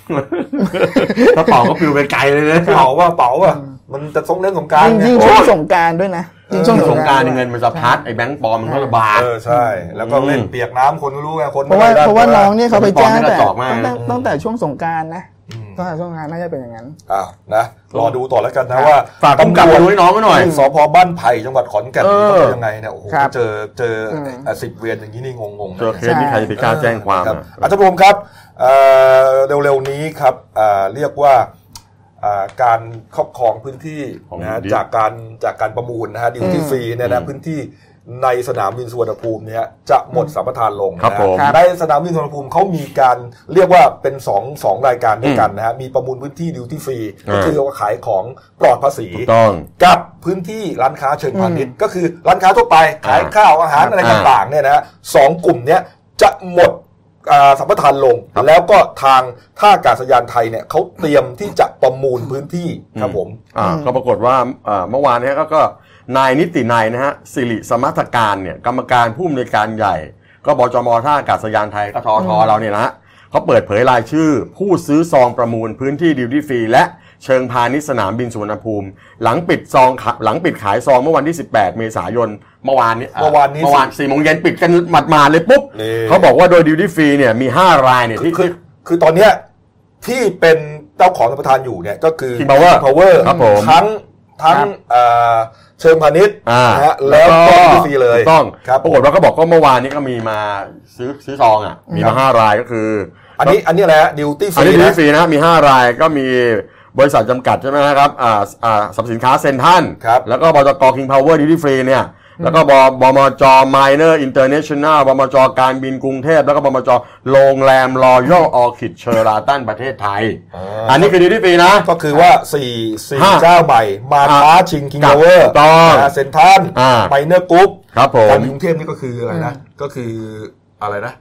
S2: กระเป๋าก็ปลิวไปไกลเลยนะ
S6: เป่าป่ะเป่าป่ะมันจะสงเล่นสงกราร
S5: ยิ่งยิ่งช่วงสงกรารด้วยนะยิ่งช่วง
S2: สงกราร
S5: ด้วย
S2: เงินมันสะพัดไอ้แบงค์ปลอมมันก็ระบาด
S6: เออใช่ แล้วก็เล่นเปียกน้ำคนก็รู้ไงคน
S5: เพราะว่า
S6: ไม่ได้
S5: เพราะว่าน้องเนี่ยเขาไปแจ้ง
S2: ผมตอบไม่ได้ตอบ
S5: แต่
S2: มาก
S5: ตั้งแต่ตั้งแต่ช่วงสงกรารนะ
S6: อืม
S5: ตั้งแต่ช่วงสงกรารน่าจะเป็นอย่างนั้น
S6: อ้าวนะรอดูต่อแล้วกันนะว่า
S2: ฝากต้อง
S6: ตำ
S2: กลับ
S6: รวจ
S2: ด้วยน้องก็หน่อย
S6: สพบ้านไผ่จังหวัดขอนแก่น
S2: เออ
S6: เขาเป็นยังไงเนี่ยโอ้โห
S5: ครับ
S6: เจอเจอ
S5: อืม
S6: เอ่อสิบเวียนอย่างนี้นี่งงๆนะ
S2: เจอเคสที่ใครจะไปกล้าแจ้งความ
S6: ครับ
S2: อะ
S6: อาจารย์รวมครับเอ่อเร็วๆนี้ครับเอ่อเรียกว่าเอ่อการครอบครองพื้นที่
S2: ของ
S6: นะฮะ
S2: ดิ
S6: จากการจากการประมูลนะฮะดิวที่ฟรีเนี่ยนะ
S2: อืม
S6: พื้นที่ในสนามบินสุวรรณภูมิเนี่ยจะหมดสัมปทานลง
S2: ครับ
S6: นะ
S2: ผม
S6: ฮะในสนามบินสุวรรณภูมิเขามีการเรียกว่าเป็นสองสองรายการด้วยกันนะฮะมีประมูลพื้นที่ดิวที่ฟรีก็คือว่าขายของปลอดภาษี
S2: ถูกต้อง
S6: กับพื้นที่ร้านค้าเชิงพาณิชย์ก็คือร้านค้าทั่วไปขาย
S2: อ่า
S6: ข้าวอาหารอะไร
S2: อ่า
S6: ต่างๆเนี่ยนะฮะสองกลุ่มเนี้ยจะหมดอ่าสัมปทานลง แล้วก็ทางท่าอากาศยานไทยเนี่ยเขาเตรียมที่จะประมูลพื้นที่ครับ
S2: อืม
S6: ผม
S2: อ่าก็ปรากฏว่าเอ่อเมื่อวานเนี้ก็ก็นายนิตินายนะฮะสิริสมัทการเนี่ยกรรมการผู้อำนวยการใหญ่ ก็บจมท่าอากาศยานไทยก็ทอทอเราเนี่ยนะฮะเขาเปิดเผยรายชื่อ ผู้ซื้อซองประมูลพื้นที่ดิวตี้ฟรีและเชิงพาณิชย์สนามบินสุวรรณภูมิ หลังปิดซองขะหลังปิดขายซองเมื่อวันที่ 18 เมษายนเมื่อวานนี้
S6: เมื่อวานนี้
S2: เมื่อวาน4โมงเย็นปิดกันหมัดมาดๆเลยปุ๊บ
S6: นี่
S2: เขาบอกว่าโดยดิวตี้ฟรีเนี่ยมี 5 รายเนี่ย
S6: คือ
S2: ที่
S6: คือคือตอนเนี้ยที่เป็นเจ้าของสัมปทานอยู่เนี่ยก็คือ
S2: King Power
S6: King Power
S2: ครับผม
S6: ทั้งทั้งอ่าเชิงพาณิชย์
S2: อ่า
S6: นะฮะแล้วก็พื้นที่เลย
S2: ถูกต้อง
S6: ครับ
S2: ปรากฏว่าก็บอกก็เมื่อวานนี้ก็มีมาซื้อซื้อซองอ่ะ มีมาห้ารายก็คือ
S6: อันนี้อันนี้อะไรฮะดิวตี้ฟ
S2: อัน
S6: รี
S2: นี้
S6: นะ
S2: ฟรีนะมีห้ารายก็มีบริษัทจำกัดใช่ไหมครับอ่าอ่าสับสินค้าเซ็นทรัล
S6: ครับ
S2: แล้วก็บจกคิงพาวเวอร์ดิวตี้ฟรีเนี่ย แล้วก็บมจมายเนอร์อินเตอร์เนชั่นแนลบมจการบินกรุงเทพ แล้วก็บมจโรงแรมรอยัลออคิดเชอราตันประเทศไทย
S6: อ่า
S2: อันนี้คือดิวตี้ฟรีนะ
S6: ก็คือว่าสี่สี่
S2: ห้า
S6: เจ้าใหม่ มา
S2: อ่า
S6: ท้าชิงคิง
S2: ครั
S6: พา
S2: บ
S6: วเวอร์
S2: ถูกต้อง
S6: เซนทัน
S2: อ่า
S6: ไมเนอร์กรุ๊ป
S2: ครับผ
S6: การ
S2: ม
S6: บินกรุงเทพนี่ก็คืออะไรนะ ก็คืออะไรนะ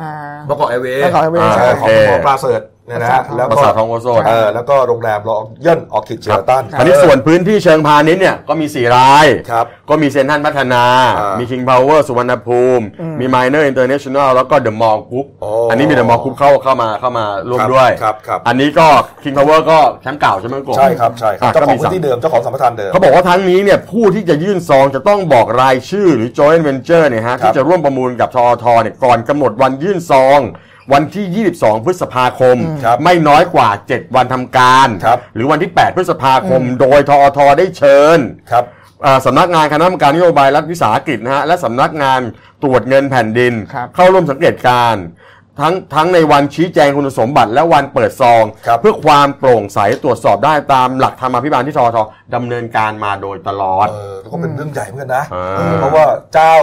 S5: อ่า
S6: บกแอร์เวย์
S5: บกแอร์เวย์
S6: ใช่
S5: ใช่
S6: ของคุณหมอปลาเสิร์ต เนี่ยนะฮะแล้ว
S2: ประ
S6: ก็
S2: สาทของโอโซน
S6: เออแล้วก็โรงแรมรอเย่นออคิดเชอร์ตัน
S2: อันนี้ส่วนพื้นที่เชิงพาณิชย์เนี่ยก็มี 4 ราย
S6: ครับ
S2: ก็มีเซนทรันพัฒนา
S6: อ่า
S2: มี
S6: มี
S2: คิงพาวเวอร์สุวรรณภูมิ
S5: อืม
S2: มีไมเนอร์อินเตอร์เนชั่นแนลแล้วก็เดอะมอลล์กรุ๊ป
S6: โอ้
S2: อันนี้มีเดอะมอลล์กรุ๊ปเข้าเข้ามาเข้ามาร่วม
S6: ครับ
S2: ด้วย
S6: ครับครับ
S2: อันนี้ก็คิงพาวเวอร์ก็แชมป์เก่าใช่ไหมกบ
S6: ใช่ครับใช่ครั
S2: ะ
S6: บเจ้าของ
S2: ก็มี
S6: พื้นที่เดิมเจ้าของสัมปทานเดิม
S2: เขาบอกว่าทั้งนี้เนี่ยผู้ที่จะยื่นซองจะต้องบอกรายชื่อหรือ joint venture เนี่ยฮะ
S6: ครับ
S2: ที่จะร่วมประมูลกับทอทเนี่ยก่อนกำหนดวันยื่นซอง วันที่ 22 พฤษภาคม
S6: ครับ
S2: ไม่น้อยกว่า 7 วันทำการ
S6: ครับ
S2: หรือวันที่ 8 พฤษภาคม โดยทอทได้เชิญ
S6: ครับ
S2: อ่าสำนักงานคณะกรรมการนโยบายรัฐวิสาหกิจนะฮะและสำนักงานตรวจเงินแผ่นดิน
S5: ครับ
S2: เข้าร่วมสังเกตการณ์ทั้งทั้งในวันชี้แจงคุณสมบัติและวันเปิดซอง
S6: ครับ
S2: เพื่อความโปร่งใสตรวจสอบได้ตามหลักธรรมาภิบาลที่ทอทอดำเนินการมาโดยตลอด
S6: เออก็เป็นเรื่องใหญ่เหมือนกันนะ
S2: อ่า
S6: เออเพราะว่าเจ้า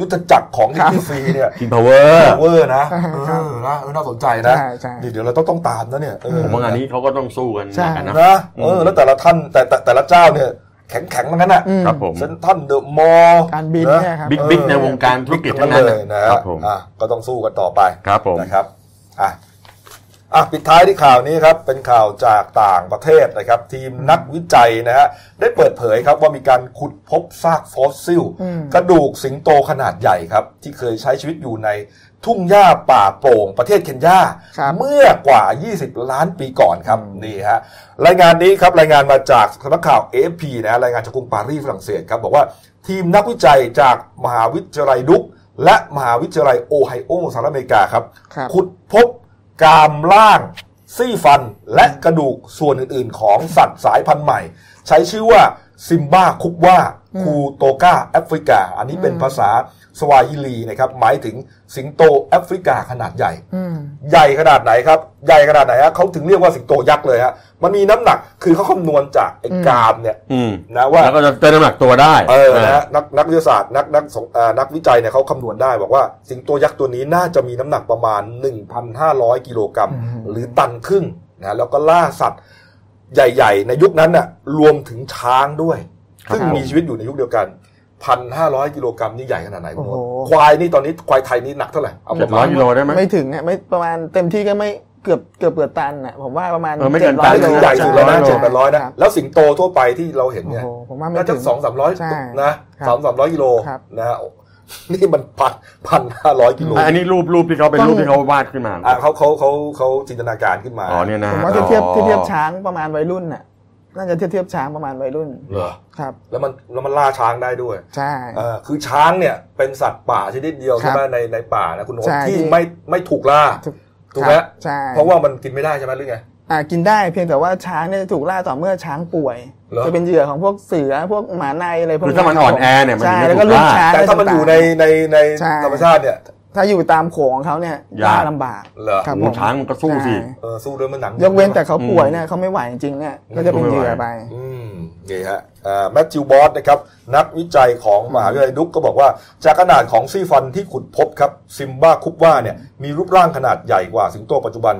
S6: ยุทธจักรของดิจิฟรีเนี่ย
S2: คิงพาวเวอร์
S6: เวอร์นะ
S5: ครั
S6: เอบ อนะเออน่าสนใจนะ
S5: ใช่ใช่
S6: นี่เดี๋ยวเราต้องต้องตามนะเนี่ยเออ
S2: ผมว่างานนี้เขาก็ต้องสู้กันห
S5: ใช่
S2: นักอะนะ
S6: นะเออแล้วแต่ละท่านแต่แต่แต่ละเจ้าเนี่ยแข็งแข็งๆทั้งนั้นอ่ะ
S5: อืม
S2: ครับผม
S6: เซนทรันเดอะมอลล์
S5: การบินเนี่ยครับ
S2: บิ๊กบิ๊กในวงการธุรกิจทั้งนั้น
S6: เล
S2: นะ
S6: ยนะครับ
S2: ผม
S6: อ่ะก็ต้องสู้กันต่อไป
S2: ครับผม
S6: นะครับอ่ะอ่ะปิดท้ายที่ข่าวนี้ครับ เป็นข่าวจากต่างประเทศนะครับ ทีมนักวิจัยนะฮะได้เปิดเผยครับว่ามีการขุดพบซากฟอสซิล
S5: อืม
S6: กระดูกสิงโตขนาดใหญ่ครับ ที่เคยใช้ชีวิตอยู่ในทุ่งหญ้าป่าโปร่งประเทศเคนยา
S5: ครับ
S6: เมื่อกว่า 20 ล้านปีก่อนครับนี่ฮะรายงานนี้ครับรายงานมาจากสำนักข่าว AFP นะฮะรายงานจากกรุงปารีสฝรั่งเศสครับบอกว่าทีมนักวิจัยจากมหาวิทยาลัยดุก และมหาวิทยาลัยโอไฮโอสหรัฐอเมริกาครับ
S5: ครับ
S6: ขุดพบกรามล่าง ซี่ฟันและกระดูกส่วนอื่นๆ ของสัตว์สายพันธุ์ใหม่ ใช้ชื่อว่าซิมบ้าคุกว่าคูโตกาแอฟริกา อันนี้เป็นภาษาสวาฮิลีนะครับหมายถึงสิงโตแอฟริกาขนาดใหญ่
S5: อืม
S6: ใหญ่ขนาดไหนครับ ใหญ่ขนาดไหนฮะเขาถึงเรียกว่าสิงโตยักษ์เลยฮะมันมีน้ำหนักคือเขาคำนวณจากไอ้
S5: อืม
S6: กรามเนี่ย
S2: อืม
S6: นะว่า
S2: แล้วก็จะเต้นน้ำหนักตัวได้
S6: เออนะฮะนักนักวิทยาศาสตร์นักนักสงเอ่อนักวิจัยเนี่ยเขาคำนวณได้บอกว่า สิงโตยักษ์ตัวนี้น่าจะมีน้ำหนักประมาณ 1,500 กิโลกรัมหรือตันครึ่งนะแล้วก็ล่าสัตว์ใหญ่ ๆ ในยุคนั้นน่ะรวมถึงช้างด้วย ซึ่งมีชีวิตอยู่ในยุคเดียวกัน 1,500 กิโลกรัมนี่ใหญ่ขนาดไหนคุณโน้ต
S5: โอ้โห
S6: ควายนี่ตอนนี้ควายไทยนี่หนักเท่าไหร่เอา
S2: เจ็ดร้อยกิโลได้ไหม
S5: ไม่ถึงอ่ะไม่ประมาณเต็มที่ก็ไม่เกือบเกือบเกือบตันอ่ะผมว่าประมาณ
S2: เออไม่เกินตัน
S5: 700โล
S6: คือใหญ่สุดแล้วนะเจ็ดแปดร้อยนะ
S5: คบ
S6: แล้วสิงโตทั่วไปที่เราเห็น
S5: โอ้
S6: เนี่ย
S5: โหผมว่าไม่
S6: น่า
S5: ถึ
S6: จะ
S5: ง
S6: สองสามร้อย
S5: ใช่
S6: นะครับสามสามร้อยกิโล
S5: ครับ
S6: นะฮะ (laughs) โอ้นี่มันพันพันห้าร้อยกิโล
S2: อ่ะอันนี้รูปรูปที่เขาเป็นรูปที่เขาวาดขึ้นมา
S6: อ่ะเขาเขาเขาเขาจินตนาการขึ้นมา
S2: อ๋อเนี่ยนะ
S5: ผมว่าเทียบเทียบเทียบช้างประมาณวัยรุ่นน่ะน่าจะเทียบเทียบช้างประมาณวัยรุ่น
S6: เหรอ
S5: ครับ
S6: แล้วมันแล้วมันล่าช้างได้ด้วย
S5: ใช่
S6: เออคือช้างเนี่ยเป็นสัตว์ป่าชนิดเดียว
S5: ครั
S6: ใช่
S5: บ
S6: ไหมในในป่านะคุณโน้ต
S5: ใช่
S6: ที่
S5: ที่
S6: ไม่ไม่ถูกล่า
S5: ถูก
S6: ถูกไหม
S5: ครับใช่
S6: เพราะว่ามันกินไม่ได้ใช่ไหมหรือไง
S5: อ่ากินได้เพียงแต่ว่าช้างเนี่ยจะถูกล่าต่อเมื่อช้างป่วย
S6: เหรอ
S5: จะเป็นเหยื่อของพวกเสือพวกหมาในอะไรพวก
S2: คือถ้ามัน
S5: ครับ
S2: อ่อนแอเนี่ยมัน
S5: ใช่
S2: ถึงจะ
S5: แล้วก็
S2: ถูก
S5: ลูก
S2: ล่า
S5: ช้าง
S6: แต่ถ้ามัน
S5: ต่งๆ
S6: อยู่ในในใน
S5: ใช่
S6: ธรรมชาติเนี่ย
S5: ถ้าอยู่ตามโขงของเขาเนี่ย
S2: ยาก
S5: ล่าลำบาก
S6: เหรอ
S5: ครับผ
S2: โอ้
S5: ม
S2: ช้างมันก็สู้สิ
S5: ใช่
S6: เออสู้ด้วยมันหนัง
S5: ยกเว้นแต่เขาป่วยเนี่ยเขาไม่ไหวจริงๆเนี่ยก็จะเป็นเหยื่อไป
S6: อืมนี่ฮะอ่าแมทธิวบอสนะครับนักวิจัยของมหาวิทยาลัยดุกก็บอกว่า จากขนาดของซี่ฟันที่ขุดพบครับซิมบ้าคุปว่าเนี่ยมีรูปร่างขนาดใหญ่กว่าสิงโตปัจจุบัน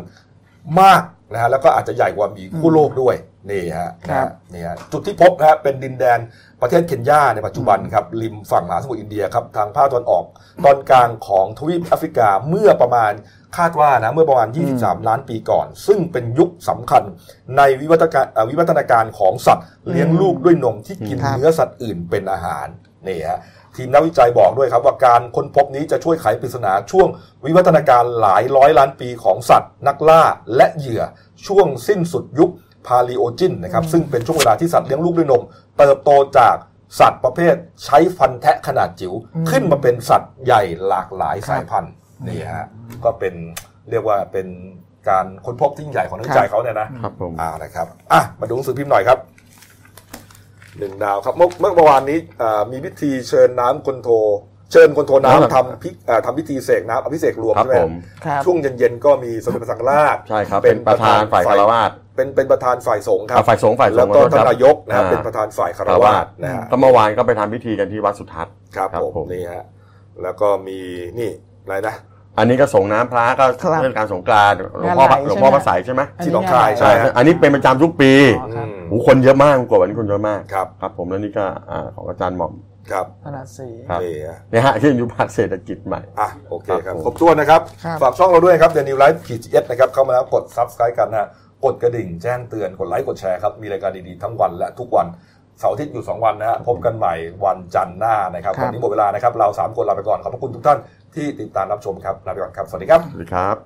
S6: มากนะฮะแล้วก็อาจจะใหญ่กว่าหมีคู่โลกด้วยนี่ฮะ
S5: ครับ
S6: นะฮะนี่ฮะจุดที่พบนะฮะเป็นดินแดนประเทศเคนยาในปัจจุบันครับริมฝั่งมหาสมุทรอินเดียครับทางภาคตะวันออก ตอนกลางของทวีปแอฟริกาเมื่อประมาณคาดว่านะเมื่อประมาณ 23 ล้านปีก่อน ซึ่งเป็นยุคสำคัญ ในวิวัฒนาการเอ่อวิวัฒนาการของสัตว์เลี้ยงลูกด้วยนมที่กิน
S5: ครับ
S6: เนื้อสัตว์อื่นเป็นอาหารนี่ฮะทีมนักวิจัยบอกด้วยครับว่าการค้นพบนี้จะช่วยไขปริศนาช่วงวิวัฒนาการหลายร้อยล้านปีของสัตว์ นักล่าและเหยื่อช่วงสิ้นสุดยุคพาลิโอจินนะครับซึ่งเป็นช่วงเวลาที่สัตว์เลี้ยงลูกด้วยนม เติบโตจากสัตว์ประเภทใช้ฟันแทะขนาดจิ๋วขึ้นมาเป็นสัตว์ใหญ่หลากหลายสายพันธุ์นี่ฮะก็เป็นเรียกว่าเป็นการค้นพบที่ยิ่งใหญ่ของนักวิจัยเขาเนี่ยนะ
S2: ครับผม
S6: อ่านะครับอ่ะมาดูหนังสือพิมพ์หน่อยครับหนึ่งดาวครับเมื่อเมื่อวานนี้อ่ามีพิธีเชิญน้ำคนโท เชิญคนโท
S2: อ๋อเหรอ
S6: น้ำทำพิอ่าทำพิธีเสกน้ำอภิเษกรวม
S2: ครับ
S6: ใช่ไหม
S2: ผม
S5: ครับ
S6: ช่วงเย็นๆก็มีสมเด็จพระสังฆราช
S2: ใช่ครับเป็นประธานฝ่ายคารวาส
S6: เป็นเป็นประธานฝ่ายสงฆ์ครั
S2: อ่ะ
S6: บ
S2: ฝ่ายสงฆ์ฝ่ายส
S6: แล้
S2: ง
S6: ว
S2: ฆ์
S6: ก็
S2: ขอโทษ
S6: ท่า
S2: คน บ
S6: นายกนะครับ
S2: อ่
S6: เป็นประธานฝ่ายคารวาสนะฮะ
S2: ก็เมื่อวานก็ไปทำพิธีกันที่วัดสุทัศน์
S6: ครับ
S2: ครับ
S6: ผม
S2: ผม
S6: นี่ฮะแล้วก็มีนี่อะไรนะ
S2: อันนี้ก็ส่งน้ำพระก็
S5: ครับ
S2: เรื่องการสงกรานต์หลวง
S5: งาน
S2: พ่อ
S5: ไหล
S2: หลวงพ่อพระ
S5: ใช่ไหม
S2: สายใช่ไหม
S6: ที่หนองคาย
S5: อั
S6: ใช่ฮะ
S2: อันนี้เป็นประจำทุกปี
S5: อ๋อครับ
S6: อืม
S2: โอ้โหคนเยอะมากกว่าวันนี้คนเยอะมาก
S6: ครับ
S2: ครับผมแล้วนี่ก็อ่าของอาจารย์หม่อม
S6: ครับ
S5: ตลาดสี
S2: ครับ
S6: เอ๋อะ
S2: เนี่ยฮะยื่นยุบพรรคเศรษฐกิจใหม่
S6: อ่ะโอเคครับ
S2: ครับผม
S6: ครบถ้วนนะครับ
S5: ครับ
S6: ฝากช่องเราด้วยครับเดนิวไลฟ์ขีดเอสนะครับ เข้ามาแล้วกดซับสไครต์กันนะฮะกดกระดิ่งแจ้งเตือนกดไลค์กดแชร์ครับ มีรายการดีๆทั้งวันและทุกวันเสาร์อาทิตย์อยู่ 2 วันนะฮะพบกันใหม่วันจันทร์หน้านะครับ
S5: ครับ
S6: วันนี้หมดเวลานะครับเราสามคนลาไปก่อนขอบพระคุณทุกท่านที่ติดตามรับชมครับลาไปก่อนครับสวัสดีครับ
S2: สวัสดีครับ